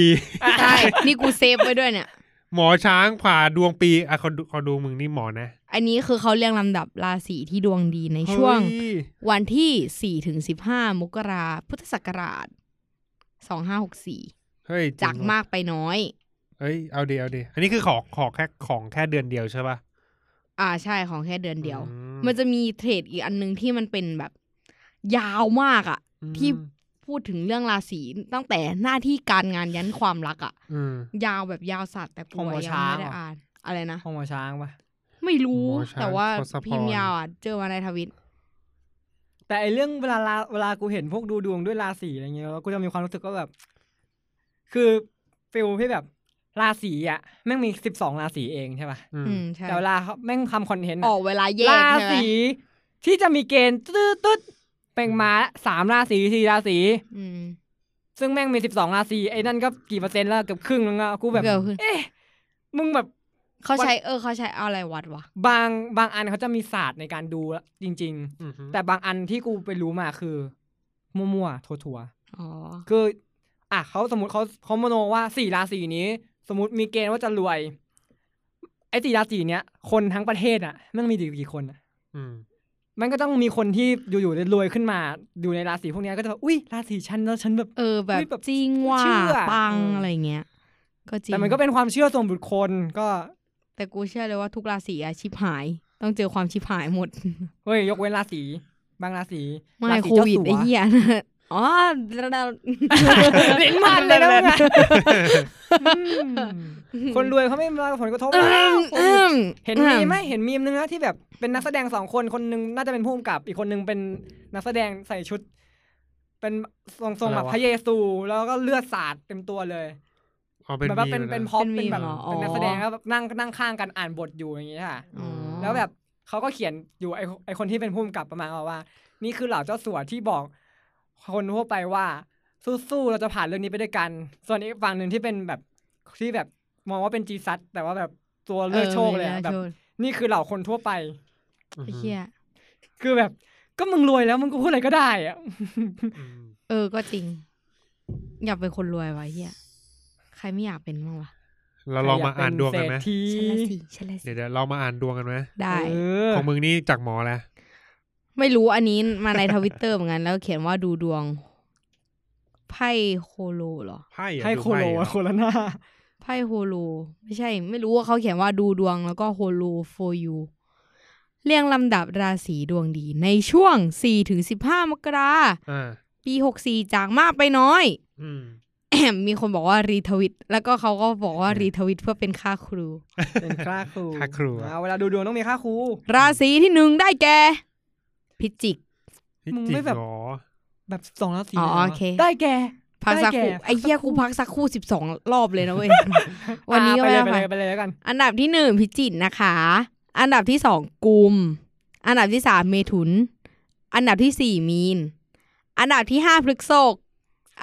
[SPEAKER 5] ใช่นี่กูเซฟไว้ด้วยเนี่ย
[SPEAKER 2] หมอช้างผ่าดวงปีอ่ะเขาดูเขาดูมึงนี่หมอนะ
[SPEAKER 5] อันนี้คือเขาเรียงลำดับราศีที่ดวงดีในช่วง
[SPEAKER 2] เฮ้ย
[SPEAKER 5] วันที่4ี่ถึงสิบห้ามกราพุทธศักราชสองห้าหกสี่
[SPEAKER 2] เฮ้ยริง
[SPEAKER 5] จากมากไปน้อย
[SPEAKER 2] เอ้ยเอาดีเอาดีอันนี้คือของของแค่ของแค่เดือนเดียวใช่ป่ะ
[SPEAKER 5] อ่าใช่ของแค่เดือนเดียว
[SPEAKER 2] อื
[SPEAKER 5] มันจะมีเทรดอีกอันหนึงที่มันเป็นแบบ ยาวมากอะ่ะ
[SPEAKER 2] อืม
[SPEAKER 5] ที่พูดถึงเรื่องราศีตั้งแต่หน้าที่การงานยันความรักอะ่ะ
[SPEAKER 2] อืม
[SPEAKER 5] ยาวแบบยาวสัตว์แต่
[SPEAKER 1] ขอ
[SPEAKER 5] ป่
[SPEAKER 1] ง
[SPEAKER 5] ว
[SPEAKER 1] ห
[SPEAKER 5] ย
[SPEAKER 1] มอ
[SPEAKER 5] ยังไม่ได้
[SPEAKER 1] ช้างเหรออ่
[SPEAKER 5] อ่านอะไรนะ
[SPEAKER 1] ของหมอช้างปะ
[SPEAKER 5] ไม่รู้
[SPEAKER 2] หมอช้าง
[SPEAKER 5] แต่ว่า
[SPEAKER 2] ทศพร
[SPEAKER 5] พิมพ์ยาวอ่ะ เจอมาในทวิต
[SPEAKER 1] แต่ไอเรื่องเวลาลาเวลากูเห็นพวกดูดวงด้วยราศีอะไรเงี้ยแล้วกูจะมีความรู้สึกก็แบบ คือฟิลที่แบบราศีอ่ะแม่งมีสิบสองราศีเองใช่ปะ
[SPEAKER 2] อืม
[SPEAKER 5] อืมใช่
[SPEAKER 1] แต่เวลาเขาแม่งทำคอนเทนต์
[SPEAKER 5] อ
[SPEAKER 1] อะ
[SPEAKER 5] อกเวลาแยก
[SPEAKER 1] รา
[SPEAKER 5] ใช่ไหม
[SPEAKER 1] ศีที่จะมีเกณฑ์ตืดตึ๊ดเป็นมาสามราศีสี่ราศี
[SPEAKER 5] อืม
[SPEAKER 1] ซึ่งแม่งมีสิบสองราศีไอ้นั่นก็กี่เปอร์เซ็นต์แล้วเกือบครึ่งแล้วอะกูแบบ
[SPEAKER 5] เกือบครึ่ง
[SPEAKER 1] เอ๊ะมึงแบบ
[SPEAKER 5] เขาใช้เออเขาใช้เอาอะไรวัดวะ
[SPEAKER 1] บางบางอันเขาจะมีศาสตร์ในการดูจริง
[SPEAKER 2] อืม
[SPEAKER 1] ๆ แต่บางอันที่กูไปรู้มาคือ มั่วๆถั่ว
[SPEAKER 5] อ๋อ
[SPEAKER 1] ๆคือ อ่ะเขาสมมติเขาเขามโนว่าสี่ราศีนี้ สมมติมีเกณฑ์ว่าจะรวย ไอ้สี่ราศีเนี้ยคนทั้งประเทศอ่ะแม่งมีอยู่กี่คนอะ
[SPEAKER 2] อืม
[SPEAKER 1] มันก็ต้องมีคนที่อยู่ๆรวยขึ้นมาอยู่ในราศีพวกเนี้ยก็จะแบบอุ้ยราศีฉันแล้วฉันแบบ
[SPEAKER 5] เออแบ
[SPEAKER 1] อุ๊
[SPEAKER 5] บ
[SPEAKER 1] ยแบบ
[SPEAKER 5] จริงว่า
[SPEAKER 1] เชื่อ
[SPEAKER 5] ปัง
[SPEAKER 1] เอออ
[SPEAKER 5] อะไรเงี้ย ก็จริง
[SPEAKER 1] แต่มันก็เป็นความเชื่อส่วนบุคคลก็
[SPEAKER 5] แต่กูเชื่อเลยว่าทุกราศีอะชิบหาย ต้องเจอความชิบหายหมด
[SPEAKER 1] เฮ้ยยกเว้นราศีบางราศี
[SPEAKER 5] ไม่
[SPEAKER 1] ราศี
[SPEAKER 5] โควิด
[SPEAKER 1] เจ้าสัว
[SPEAKER 5] ไอ้เหี้ยนะ [LAUGHS] อ๋อเรา
[SPEAKER 1] เล่นมันเลยนะคนรวยเขาไม่รับผลกระทบแล้วโควิดเห็นมีมไหมเห็นมีมนึงนะที่แบบเป็นนักแสดงสองคนคนหนึงน่าจะเป็นผู้กำกับ อีกคนหนึงเป็นนักแสดงใส่ชุด เป็นทรงทรงแบบพระเยซู แล้วก็เลือดสาดเต็มตัวเลย
[SPEAKER 2] อ๋อ
[SPEAKER 1] เห
[SPEAKER 2] เป็น
[SPEAKER 1] มือนว่าเป็น
[SPEAKER 2] มี
[SPEAKER 1] เป็น
[SPEAKER 2] ลยะ
[SPEAKER 1] พร็อพเป็นแบบเป็นนักแสดงแล้วแบบนั่งนั่งข้างกันอ่านบทอยู่อย่างเงี้ยค่ะ
[SPEAKER 5] อ๋อ
[SPEAKER 1] แล้วแบบเขาก็เขียนอยู่ไอไอคนที่เป็นผู้กำกับประมาณว่า นี่คือเหล่าเจ้าสัวที่บอก คนทั่วไปว่าสู้ๆเราจะผ่านเรื่องนี้ไปด้วยกัน ส่วนอีกฝั่งหนึ่งที่เป็นแบบที่แบบมองว่าเป็นจีซัตแต่ว่าแบบตัวเลือกโชคเลยอะ
[SPEAKER 5] ออ
[SPEAKER 1] แบบ
[SPEAKER 5] เลือกโช
[SPEAKER 1] นี่คือเหล่าคนทั่วไป
[SPEAKER 2] อื
[SPEAKER 5] ค
[SPEAKER 2] ม
[SPEAKER 5] ไอ้เหี้ย
[SPEAKER 1] คือแบบ ก็มึงรวยแล้วมึงก็พูดอะไรก็ได้อะ
[SPEAKER 2] อืม
[SPEAKER 5] เออก็จริง อยากเป็นคนรวยวะไอ้เหี้ยใครไม่อยากเป็นบ้างวะ
[SPEAKER 2] เราลองมาอ่านดวงกันไหม
[SPEAKER 1] ใครอยาเป็เศรษฐี
[SPEAKER 5] ฉันละสิฉันละสิ
[SPEAKER 2] เดี๋ยวเดี๋ยวเรามาอ่านดวงกันไหม
[SPEAKER 5] ได้
[SPEAKER 1] เออ
[SPEAKER 2] ของมึงนี่จากหมอแหละ
[SPEAKER 5] ไม่รู้อันนี้มาในทวิตเตอร์เหมือนกันแล้วเขียนว่าดูดวงไพ่โคโลเหรอ
[SPEAKER 2] ไพ่อะ
[SPEAKER 1] ให้
[SPEAKER 2] ดู
[SPEAKER 1] โคโล
[SPEAKER 2] ไพ่อะ
[SPEAKER 1] โคโลนา
[SPEAKER 5] ไพ่โฮโลไม่ใช่ ไม่รู้ว่าเขาเขียนว่าดูดวงแล้วก็โฮโล for you เรียงลำดับราศีดวงดี ในช่วง 4-15 มกรา
[SPEAKER 2] อ่า
[SPEAKER 5] ปี 64 จากมากไปน้อย [COUGHS]
[SPEAKER 2] อืม
[SPEAKER 5] แอมมีคนบอกว่ารีทวิต แล้วก็เขาก็บอกว่ารีทวิตเพื่อเป็นค่าครู
[SPEAKER 1] เป็นค่าครู
[SPEAKER 2] ค่าครู
[SPEAKER 1] อ่เวลาดูดวงต้องมีค่าครู
[SPEAKER 5] ราศีที่หนึ่งได้แก่ พิจิก
[SPEAKER 2] พิ
[SPEAKER 1] มึง
[SPEAKER 2] จิ
[SPEAKER 1] ไม่
[SPEAKER 2] ก
[SPEAKER 1] แบบ
[SPEAKER 2] เหรอ
[SPEAKER 1] แบบสองราศี
[SPEAKER 5] อ๋อ
[SPEAKER 1] ลยหร
[SPEAKER 5] โอเค
[SPEAKER 1] ได้แก่
[SPEAKER 5] พักสักครู่
[SPEAKER 1] ได้แก่
[SPEAKER 5] ไอ้เหี้ยกูพักสักครู่ 12 รอบเลยนะเว้ย วันนี้ก็
[SPEAKER 1] อ่ะ
[SPEAKER 5] ไม่
[SPEAKER 1] ไปเลยไปเลยไปเลย
[SPEAKER 5] ได้พัก
[SPEAKER 1] แล้วกัน
[SPEAKER 5] อันดับที่หนึ่งพิจิตรนะคะ อันดับที่สองกุม อันดับที่สามเมถุน อันดับที่สี่มีน อันดับที่ห้าพฤกษก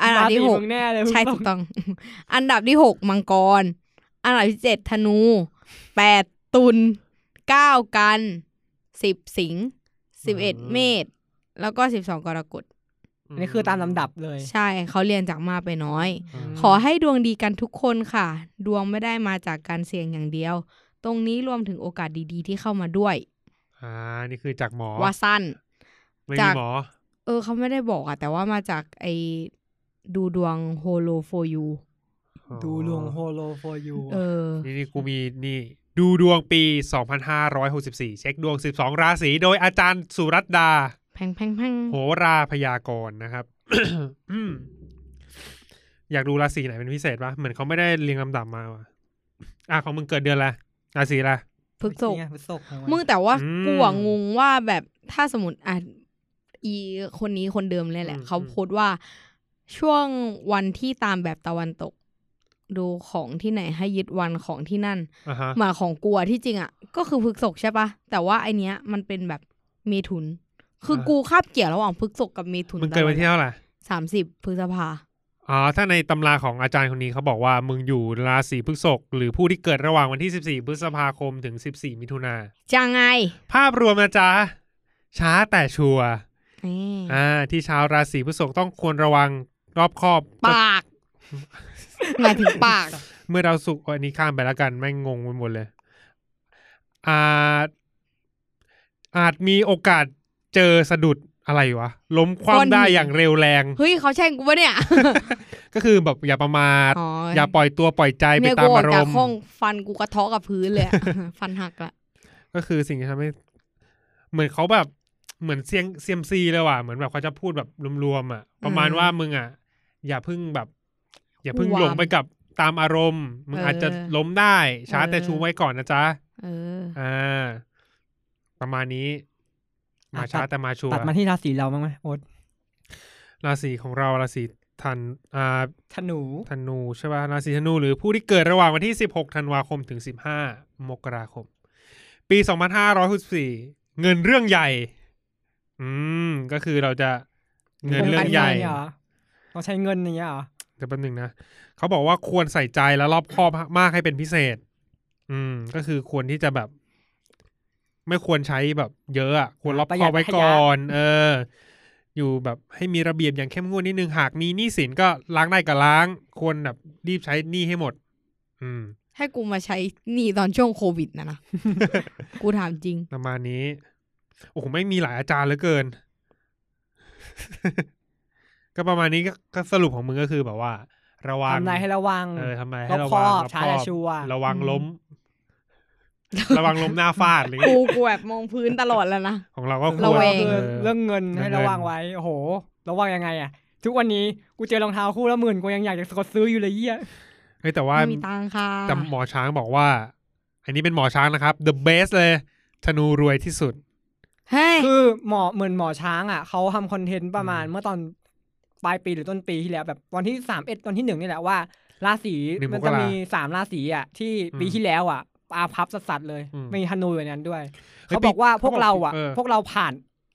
[SPEAKER 5] อันดับที่หก
[SPEAKER 1] ราศีมึงแน่เลย
[SPEAKER 5] ใช่
[SPEAKER 1] มึ
[SPEAKER 5] ถู
[SPEAKER 1] ง
[SPEAKER 5] ก
[SPEAKER 1] ต้อง
[SPEAKER 5] ต้อง [LAUGHS] อันดับที่หกมังกร อันดับที่เจ็ดธนูแปดตุลเก้ากันสิบสิงห์สิบเอ็ดเมษแล้วก็สิบสองกรกฎ
[SPEAKER 1] อันนี่คือตามลำดับเลย
[SPEAKER 5] ใช่เขาเรียนจากมากไปน้อย
[SPEAKER 2] ม
[SPEAKER 5] ขอให้ดวงดีกันทุกคนค่ะ ดวงไม่ได้มาจากการเสี่ยงอย่างเดียว ตรงนี้รวมถึงโอกาสดีๆที่เข้ามาด้วย
[SPEAKER 2] อ่า นี่คือจากหมอ
[SPEAKER 5] ว่าสั้น
[SPEAKER 2] ไม่
[SPEAKER 5] จา
[SPEAKER 2] มี
[SPEAKER 5] ก
[SPEAKER 2] หมอ
[SPEAKER 5] เออเขาไม่ได้บอกอะแต่ว่ามาจากไอดูดวงโฮโล for you
[SPEAKER 1] ดูลวงโฮโล for you
[SPEAKER 5] เออ
[SPEAKER 2] นี่นี่กูมีนี่ ดูดวงปี 2564 เช็คดวง 12 ราศีโดยอาจารย์สุรัตดา
[SPEAKER 5] แพงแพงแพง
[SPEAKER 2] โหราพยากรณ์นะครับ [COUGHS] อืมอยากดูราศีไหนเป็นพิเศษปะเหมือนเขาไม่ได้เรียงลำดับมาว่ะอ่ะของมึงเกิดเดือนอะไรราศีอะไร
[SPEAKER 5] พฤกษก
[SPEAKER 1] นี่ไงพฤกษกของน
[SPEAKER 5] มึงแต่ว่า
[SPEAKER 2] อืม
[SPEAKER 5] กูอะงงว่าแบบถ้าสมมติอ่ะอีคนนี้คนเดิมเลยแหละ
[SPEAKER 2] อืม
[SPEAKER 5] เขาโพสต์ว่าช่วงวันที่ตามแบบตะวันตก ดูของที่ไหนให้ยึดวันของที่นั่น
[SPEAKER 2] อ่ะฮะ
[SPEAKER 5] หมาของกลัวที่จริงอ่ะ ก็คือพฤกษกใช่ปะแต่ว่าไอเนี้ยมันเป็นแบบเมถุน คือ
[SPEAKER 2] เออ
[SPEAKER 5] กูคาบเกี่ยวระหว่างพฤกษกกับเมถุน
[SPEAKER 2] มึงเกิดวันที่เท่าไหร่
[SPEAKER 5] สามสิบพฤษภา
[SPEAKER 2] อ๋อ ถ้าในตำราของอาจารย์คนนี้เขาบอกว่ามึงอยู่ราศีพฤษภหรือผู้ที่เกิดระหว่างวันที่ 14 พฤษภาคมถึง 14 มิถุนา
[SPEAKER 5] จังไง
[SPEAKER 2] ภาพรวมนะจ๊ะ ช้าแต่ชัวร์
[SPEAKER 5] นี่
[SPEAKER 2] [LAUGHS] อ่า ที่ชาวราศีพฤษภต้องควรระวังรอบคอบก็
[SPEAKER 5] ปาก
[SPEAKER 3] หมายถึง
[SPEAKER 2] [LAUGHS]
[SPEAKER 3] ปาก
[SPEAKER 2] เมื่อเราสุกอันนี้ข้ามไปแล้วกันแม่งงงไปหมดเลย อาจ อาจมีโอกาสเจอสะดุดอะไรวะ ล้มค
[SPEAKER 5] ก้นหิ
[SPEAKER 2] ว่ำ
[SPEAKER 5] น
[SPEAKER 2] ได้อย่างเร็วแรง
[SPEAKER 5] เฮ้ยเขาแช่งกูปะ
[SPEAKER 2] [LAUGHS]
[SPEAKER 5] เนี่ย
[SPEAKER 2] ก็คือแบบอย่าประมาท
[SPEAKER 5] อ๋อ
[SPEAKER 2] อย่าปล่อยตัวปล่อยใจไป
[SPEAKER 5] เนี่ย
[SPEAKER 2] ตาม
[SPEAKER 5] กูออ
[SPEAKER 2] อาก ร
[SPEAKER 5] จาก
[SPEAKER 2] มณ์
[SPEAKER 5] ห้องฟันกูกระเทาะกับพื้นเลยอะ [LAUGHS] ฟันหักละ
[SPEAKER 2] ก็คือสิ่งที่ทำให้ เหมือนเขาแบบเหมือนเซียงเซียมซีเลยว่ะเหมือนแบบเขาจะพูดแบบรวมๆอ่ะ ประมาณ
[SPEAKER 5] อืม
[SPEAKER 2] ว่ามึงอ่ะ อย่าเพึ่งแบบ อย่าเพึ่ง
[SPEAKER 5] หวาม
[SPEAKER 2] หลงไปกับตามอารมณ์ มึง
[SPEAKER 5] เอออ
[SPEAKER 2] อาจจะล้มได้ช้า
[SPEAKER 5] เออ
[SPEAKER 2] แต่ชูไว้ก่อนนะจ๊ะ
[SPEAKER 5] เออ
[SPEAKER 2] อ่าประมาณนี้
[SPEAKER 1] อ่ะ
[SPEAKER 2] มาช้า
[SPEAKER 1] ตัด
[SPEAKER 2] แต่มาชัว
[SPEAKER 1] ตัดมาที่ราศีเราบ้างไหมโอ๊ต
[SPEAKER 2] ราศีของเราราศีธันอ่า
[SPEAKER 1] ธนู
[SPEAKER 2] ธนูใช่ป่ะราศีธนูหรือผู้ที่เกิดระหว่างวันที่ 16ธันวาคมถึง 15 มกราคม ปี 2564 เงินเรื่องใหญ่ อืม ก็คือเราจะเงินเรื่องใหญ่
[SPEAKER 1] เรอต้องใช้เงินอย่างเงี้ยเหรอ
[SPEAKER 2] เดี๋ยวแป๊บหนึงนะเขาบอกว่าควรใส่ใจและรอบคอบมากให้เป็นพิเศษ อืม ก็คือควรที่จะแบบ ไม่ควรใช้แบบเยอะอะควรรอบคอบไว้ก่อน เออ อยู่แบบให้มีระเบียบอย่างเข้มงวดนิดนึงหากมีหนี้สินก็ล้างได้ก็ล้าง ควรแบบรีบใช้หนี้ให้หมด อืม
[SPEAKER 5] ให้กูมาใช้หนี่ตอนช่วงโควิดนะนะ
[SPEAKER 2] [LAUGHS]
[SPEAKER 5] กูถามจริง
[SPEAKER 2] ประมาณนี้ โอ้โหไม่งมีหลายอาจารย์เหลือเกิน [LAUGHS] ก็ประมาณนี้ก็ก็สรุปของมึงก็คือแบบว่า ระวัง
[SPEAKER 1] ทำอะไรให้ระวัง
[SPEAKER 2] เออทำไม
[SPEAKER 1] ร
[SPEAKER 2] ให้
[SPEAKER 1] อบ
[SPEAKER 2] ระ
[SPEAKER 1] ค
[SPEAKER 2] วั
[SPEAKER 1] อง บช้าและชัวร์
[SPEAKER 2] ระวัง
[SPEAKER 5] อืม
[SPEAKER 2] ล้ม ระวังล้มหน้าฟาดอะไร
[SPEAKER 5] กู
[SPEAKER 2] เงี้ย
[SPEAKER 5] กูแบบมองพื้นตลอดแล้วนะ
[SPEAKER 2] ของเราก็ค
[SPEAKER 1] ระ
[SPEAKER 2] วร
[SPEAKER 1] วั
[SPEAKER 5] ระ
[SPEAKER 1] ง
[SPEAKER 5] แวง
[SPEAKER 1] คือ
[SPEAKER 2] ออ
[SPEAKER 1] เรื่องเงินให้
[SPEAKER 2] เรื่
[SPEAKER 1] ระ
[SPEAKER 2] องเงิน
[SPEAKER 1] วังไว้โอ้โห ระวังยังไงอะทุกวันนี้กูเจอรองเท้าคู่ละหมื่นกูยังอยากจะกดซื้ออยู่เลยเยี่ย
[SPEAKER 2] เฮ้ยแต่ว่า
[SPEAKER 5] ไม่มีตังค่ะ
[SPEAKER 2] แต่หมอช้างบอกว่า อันนี้เป็นหมอช้างนะครับ the best เลยธนูรวยที่สุด
[SPEAKER 5] เฮ้ย
[SPEAKER 1] คือหมอเหมือนหมอช้างอ่ะเขาทำคอนเทนต์ประมาณเมื่อตอนปลายปีหรือต้นปีที่แล้วแบบวันที่สามเอ็ดวันที่หนึ่งนี่แหละว่า ราศี
[SPEAKER 2] หนึ่งมก
[SPEAKER 1] มั
[SPEAKER 2] ราน
[SPEAKER 1] จะมีสามราศีอ่ะที่ปี
[SPEAKER 2] อืม
[SPEAKER 1] ที่แล้วอ่ะอาพับสัสๆเลย
[SPEAKER 2] อืม
[SPEAKER 1] มีธนูอยู่ในนั้นด้วย
[SPEAKER 2] เฮ้ย
[SPEAKER 1] เขาบอกว่าพวกเราอ่ะ
[SPEAKER 2] เออ
[SPEAKER 1] พวกเราผ่าน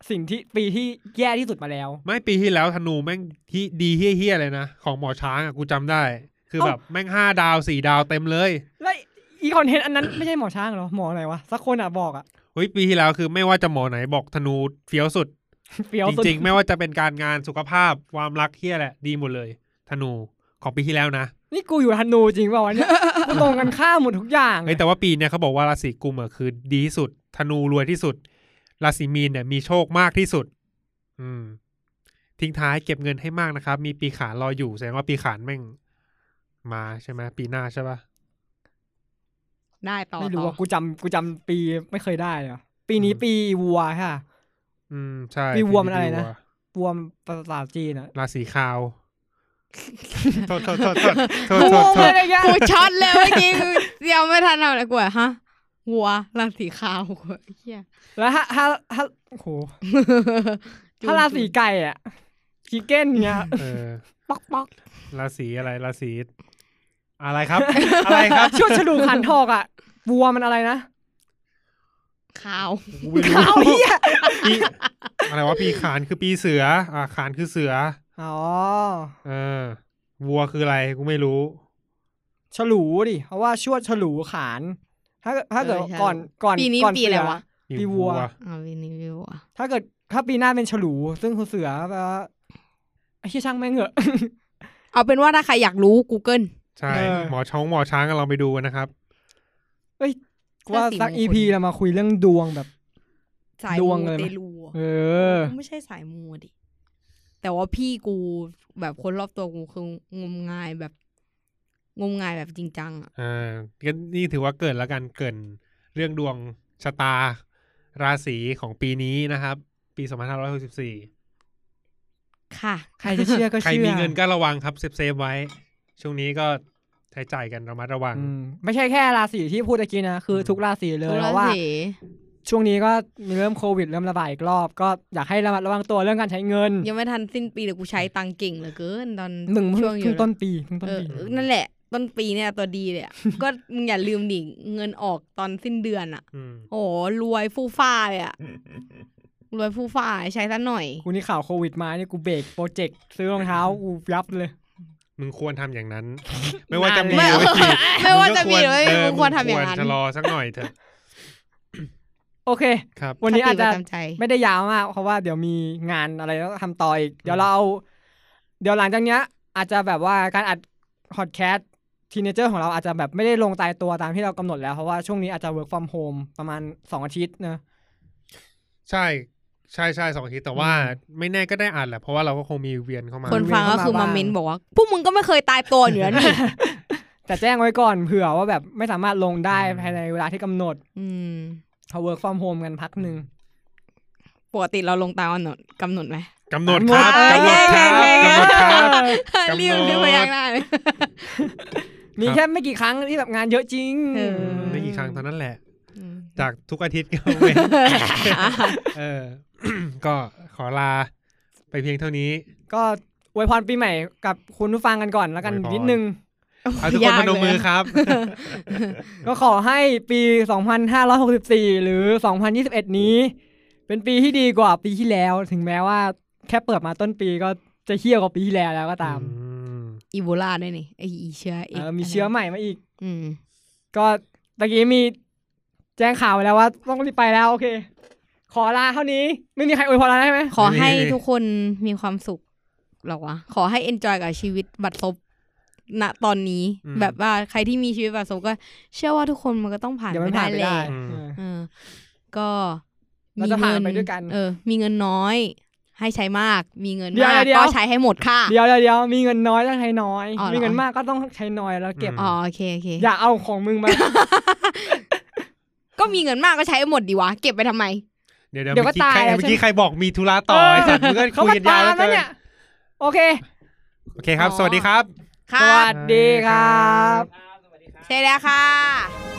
[SPEAKER 1] สิ่งที่ปีที่แย่ที่สุดมาแล้ว
[SPEAKER 2] ไม่ปีที่แล้วธนูแม่งที่ดีเฮี้ยๆเลยนะ ของหมอช้างอ่ะกูจำได้ คือ
[SPEAKER 1] เอ้า
[SPEAKER 2] แบบแม่งห้าดาวสี่ดาวเต็มเลย
[SPEAKER 1] แล้วอีคอนเทนต์อันนั้น ไม่ใช่หมอช้างเหรอหมออะไรวะสักคนอ่ะบอกอ่ะ [LAUGHS]
[SPEAKER 2] เฮ้ยปีที่แล้วคือไม่ว่าจะหมอไหนบอกธนูเฟี้ยวสุด
[SPEAKER 1] เฟี้ยว
[SPEAKER 2] จ
[SPEAKER 1] สุด
[SPEAKER 2] ริงๆ ไม่ว่าจะเป็นการงานสุขภาพความรักเฮี้ยแหละ ดีหมดเลย ธนูของปีที่แล้วนะ
[SPEAKER 1] นี่กูอยู่ธนูจริงเปล่าวะเนี่ย
[SPEAKER 2] [LAUGHS]
[SPEAKER 1] กูตรงกันข้ามหมดทุกอย่าง
[SPEAKER 2] เฮ้ยแต่ว่าปีเนี่ยเขาบอกว่าราศีกุมอ่ะคือดีที่สุด ธนูรวยที่สุด ราศีมีนเนี่ยมีโชคมากที่สุด อืม ทิ้งท้ายเก็บเงินให้มากนะครับ มีปีขานรออยู่แสดงว่าปีขานแม่งมาใช่ไหมปีหน้าใช่ปะ
[SPEAKER 5] ได้ต่อ
[SPEAKER 1] ไม่รู้
[SPEAKER 5] ต่อ
[SPEAKER 1] ว่ากูจำกูจำปีไม่เคยได้เหรอปีนี้ปีวัวค่ะ
[SPEAKER 2] อืมใช่
[SPEAKER 1] ปีวัวมัน
[SPEAKER 2] ปี
[SPEAKER 1] อะไรนะ วัวภาษาจีนอ่ะ
[SPEAKER 2] ราศีขาว
[SPEAKER 1] [LAUGHS]
[SPEAKER 2] โทษโทษโทษโทษโทษ
[SPEAKER 5] กู
[SPEAKER 2] โท
[SPEAKER 5] ง
[SPEAKER 2] ษ
[SPEAKER 5] ง
[SPEAKER 2] โทษ
[SPEAKER 5] เลยเนี่ยกูช็อตเลยเมื่อกี้กูเดียวไม่ทันทำอะไรกูอะฮะวัวราศีขาวกูเฮีย
[SPEAKER 1] แล้วถ้าถ้าถ้าโอ้โห [LAUGHS] ถ้าราศีไก่อ่ะชิเก้นเนี่ย
[SPEAKER 2] เออ
[SPEAKER 5] ป๊อกป๊อก
[SPEAKER 2] ราศีอะไรราศีอะไร
[SPEAKER 1] [LAUGHS]
[SPEAKER 2] ครับ อะไรครับ
[SPEAKER 1] ชุดฉลูขันทอกอ่ะวัวมันอะไรนะ
[SPEAKER 5] ขาว
[SPEAKER 2] ขาวเฮียอะไรวะปีขานคือปีเสือ อ่าขานคือเสือ
[SPEAKER 1] อ๋อ
[SPEAKER 2] เออ วัวคืออะไรกูไม่รู้
[SPEAKER 1] ฉลูดิเพราะว่าชวดฉลูขานถ้าถ้าเกิดก่อนก่อน
[SPEAKER 5] ปีนี้
[SPEAKER 1] ก่อ
[SPEAKER 5] ปีอะไร
[SPEAKER 1] เสื
[SPEAKER 5] วะ
[SPEAKER 1] ปีวัว
[SPEAKER 5] อ่าปีนี้ปีวัว
[SPEAKER 1] ถ้าเกิดถ้าปีหน้าเป็นฉลู ซึ่งคือเสือแปลว่าไอ้เหี้ยช่างแม่งเหอะ [LAUGHS]
[SPEAKER 5] เอาเป็นว่าถ้าใครอยากรู้ Google
[SPEAKER 2] ใช่
[SPEAKER 1] เออ
[SPEAKER 2] หมอช้องหมอช้างก็ลองไปดูกันนะครับ
[SPEAKER 1] กูว่าสัก
[SPEAKER 5] ราศี
[SPEAKER 1] อี
[SPEAKER 5] มงคล
[SPEAKER 1] พีเรามาคุยเรื่องดวงแบบ
[SPEAKER 5] สาย
[SPEAKER 1] ดวง
[SPEAKER 5] มู
[SPEAKER 1] เลยไหม
[SPEAKER 5] เตลูอะ
[SPEAKER 1] เออ
[SPEAKER 5] กูไม่ใช่สายมูดิ แต่ว่าพี่กูแบบคนรอบตัวกูคืองมงายแบบ งมงายแบบจริงจังอะ
[SPEAKER 2] เออก็นี่ถือว่าเกิดแล้วกันเกินเรื่องดวงชะตา ราศีของปีนี้นะครับ ปี 2564
[SPEAKER 5] ค่ะ
[SPEAKER 1] ใครจะเชื่อก็
[SPEAKER 2] ใคร
[SPEAKER 1] เชื่อ
[SPEAKER 2] มีเงินก็ระวังครับเซฟเซฟๆไว้ ช่วงนี้ก็ใช้จ่ายกันระมัดระวัง
[SPEAKER 1] อืมไม่ใช่แค่ราศีที่พูดตะกี้นะ คืออ
[SPEAKER 2] ม
[SPEAKER 1] ทุกราศีเลย
[SPEAKER 5] ทุกรา
[SPEAKER 1] เพ
[SPEAKER 5] ศี
[SPEAKER 1] ราะว่า ช่วงนี้ก็มีเริ่มโควิดเริ่มระบาดอีกรอบ ก็อยากให้ระมัดระวังตัวเรื่องการใช้เงิน
[SPEAKER 5] ยังไม่ทันสิ้นปีแต่กูใช้ตังค์เก่งเหลือเกินตอน
[SPEAKER 1] หนึ่งเพิ่ง
[SPEAKER 5] ช่วงอ
[SPEAKER 1] เพิ่
[SPEAKER 5] ยู่
[SPEAKER 1] งต้นปีเพิ่งต้น
[SPEAKER 5] เออ
[SPEAKER 1] ปี
[SPEAKER 5] เออนั่นแหละ ต้นปีเนี่ยตัวดี [LAUGHS] เลยอะ ก็มึงอย่าลืมดิเงินออกตอนสิ้นเดือนอ่ะ
[SPEAKER 2] อืม
[SPEAKER 5] โอ้รวยฟูฟ้าเลย [LAUGHS] อ่ะ รวยฟูฟ้าใช้ซะหน่อย
[SPEAKER 1] กูนี่ข่าวโควิดมาเนี่ยกูเบรกโปรเจกต์ซื้อรองเท้ากูยับเลย
[SPEAKER 2] มึงควรทำอย่าง
[SPEAKER 5] [LAUGHS]
[SPEAKER 2] นั้น ไม่ว่าจะมี
[SPEAKER 5] ไม่
[SPEAKER 2] หรือไม่มี
[SPEAKER 5] ไม่ว่าจะมีหรือไม่
[SPEAKER 2] เ
[SPEAKER 5] มีมึงควรทำอย่างนั้น
[SPEAKER 2] ชะลอสักหน่อยเถอะ
[SPEAKER 1] โอเค
[SPEAKER 2] ครับ
[SPEAKER 1] วันนี้อาจ
[SPEAKER 5] ค
[SPEAKER 1] จะ
[SPEAKER 5] ติปรำใจ
[SPEAKER 1] ไม่ได้ยาวมาก เพราะว่าเดี๋ยวมีงานอะไรต้องทำต่ออีก เดี๋ยวเราเอาเดี๋ยวหลังจากเนี้ย อาจจะแบบว่าการอัด ฮอดแคสทีเนเจอร์ของเราอาจจะแบบไม่ได้ลงตายตัวตามที่เรากำหนดแล้ว เพราะว่าช่วงนี้อาจจะ work from home ประมาณ 2 อาทิตย์นะ
[SPEAKER 2] ใช่ใช่ใช่สองอาทิตย์แต่ว่า
[SPEAKER 1] อื
[SPEAKER 2] ไม่แน่ก็ได้อ่านแหละเพราะว่าเราก็คงมีเวียนเข้ามา
[SPEAKER 5] คนฟังก็คือมาเมนบอกว่า พวกมึงก็ไม่เคยตายตัวอยู่แล้วนี่
[SPEAKER 1] แต่แจ้งไว้ก่อนเผื่อว่าแบบไม่สามารถลงได้ภายในเวลาที่กำหนด
[SPEAKER 5] อืม
[SPEAKER 1] เขา work from home กันพักหนึ่ง
[SPEAKER 5] ปกติเราลงตามกำหนดกำหนดไหม
[SPEAKER 2] กำหนดครับกำ
[SPEAKER 5] กำห
[SPEAKER 2] ห
[SPEAKER 5] น
[SPEAKER 2] นด
[SPEAKER 5] ด
[SPEAKER 2] ค
[SPEAKER 5] เอ้ย
[SPEAKER 2] รับ
[SPEAKER 5] เอ้ย
[SPEAKER 2] กำหนดครับ กำหนด
[SPEAKER 5] รีบรีบไปยัง [LAUGHS] ได้าเลย
[SPEAKER 1] มี
[SPEAKER 2] ครับ
[SPEAKER 1] แค่ไม่กี่ครั้งที่แบบงานเยอะจริง
[SPEAKER 5] เออ
[SPEAKER 2] ไม่กี่ครั้งเท่านั้นแหละ
[SPEAKER 5] อืม
[SPEAKER 2] จากทุกอาทิตย์ก็เว้น [LAUGHS] เออ [COUGHS] ก็ขอลาไปเพียงเท่านี้
[SPEAKER 1] ก็อวยพรปีใหม่กับคุณผู้ฟังกันก่อนแล้วกัน
[SPEAKER 2] อวยพร
[SPEAKER 1] นิดนึง
[SPEAKER 2] เอาทุกคนพนมมือครับ
[SPEAKER 1] [LAUGHS] ก็ขอให้ปี 2564 หรือ 2021 นี้ เป็นปีที่ดีกว่าปีที่แล้ว ถึงแม้ว่าแค่เปิดมาต้นปีก็จะเฮี้ยวกว่าปีที่แล้วแล้วก็ตาม
[SPEAKER 2] อืม
[SPEAKER 5] อีโบลาด้วยนี่ไออีเชื้อ
[SPEAKER 1] เออมีเชื้อใหม่มาอีก
[SPEAKER 5] อืม
[SPEAKER 1] ก็ตะกี้มีแจ้งข่าวไปแล้วว่าต้องรีบไปแล้วโอเค ขอลาเท่านี้ ไม่มีใครอวยพรแล้วใช่ไหม
[SPEAKER 5] [LAUGHS] ขอให้ทุกคนมีความสุขเหรอวะ ขอให้ enjoy กับชีวิตบัดซบณตอนนี้
[SPEAKER 2] อืม
[SPEAKER 5] แบบว่าใครที่มีชีวิตบัดซบก็ เชื่อว่าทุกคนมันก็ต้องผ่าน
[SPEAKER 1] เดี๋ยว
[SPEAKER 5] ไป
[SPEAKER 1] มัน
[SPEAKER 5] ได้
[SPEAKER 1] ผ่านไป
[SPEAKER 5] แหละ
[SPEAKER 1] ได้
[SPEAKER 2] อืม
[SPEAKER 1] เออ
[SPEAKER 5] เออ ก็
[SPEAKER 1] เราจะผ่านไปด้วยกัน
[SPEAKER 5] เออ มีเงินน้อย ให้ใช้มาก มีเงิน
[SPEAKER 1] เดี๋ยว
[SPEAKER 5] มาก
[SPEAKER 1] เดี๋ยว
[SPEAKER 5] ก็ใช้ให้หมดค่ะ
[SPEAKER 1] เดี๋ยวเดี๋ยวเดี๋ยวมีเงินน้อยต้องใช้น้อย
[SPEAKER 5] อ๋อเหรอ
[SPEAKER 1] มีเงินมากก็ต้องใช้น้อยแล้วเก็บ
[SPEAKER 2] อืม
[SPEAKER 5] อ๋อโอเคโอเค
[SPEAKER 1] อย่าเอาของมึงมา
[SPEAKER 5] ก็มีเงินมากก็ใช้ให้หมดดีวะ เก็บไปทำไม
[SPEAKER 2] เดี๋ยวเดี๋ยว
[SPEAKER 1] เดี๋ยวก็
[SPEAKER 2] เมื่อกี้ใคร
[SPEAKER 1] ตายแล้ว
[SPEAKER 2] เมื่อกี้
[SPEAKER 1] ใช่ไหม
[SPEAKER 2] ใครบอกมีธุระต่อไอ้สัตว์มึงก็
[SPEAKER 1] เขา
[SPEAKER 2] คุย
[SPEAKER 1] ก็ตา
[SPEAKER 2] กันยา
[SPEAKER 1] ว ม
[SPEAKER 2] แล้
[SPEAKER 1] นะ
[SPEAKER 2] วเกิน
[SPEAKER 1] เนี่ย โอเค
[SPEAKER 2] โอเคครับ
[SPEAKER 5] อ๋อ
[SPEAKER 2] สวัสดีครับ
[SPEAKER 5] ค่ะ
[SPEAKER 1] สวัสดีครับ
[SPEAKER 5] ใช่แล้วค่ะ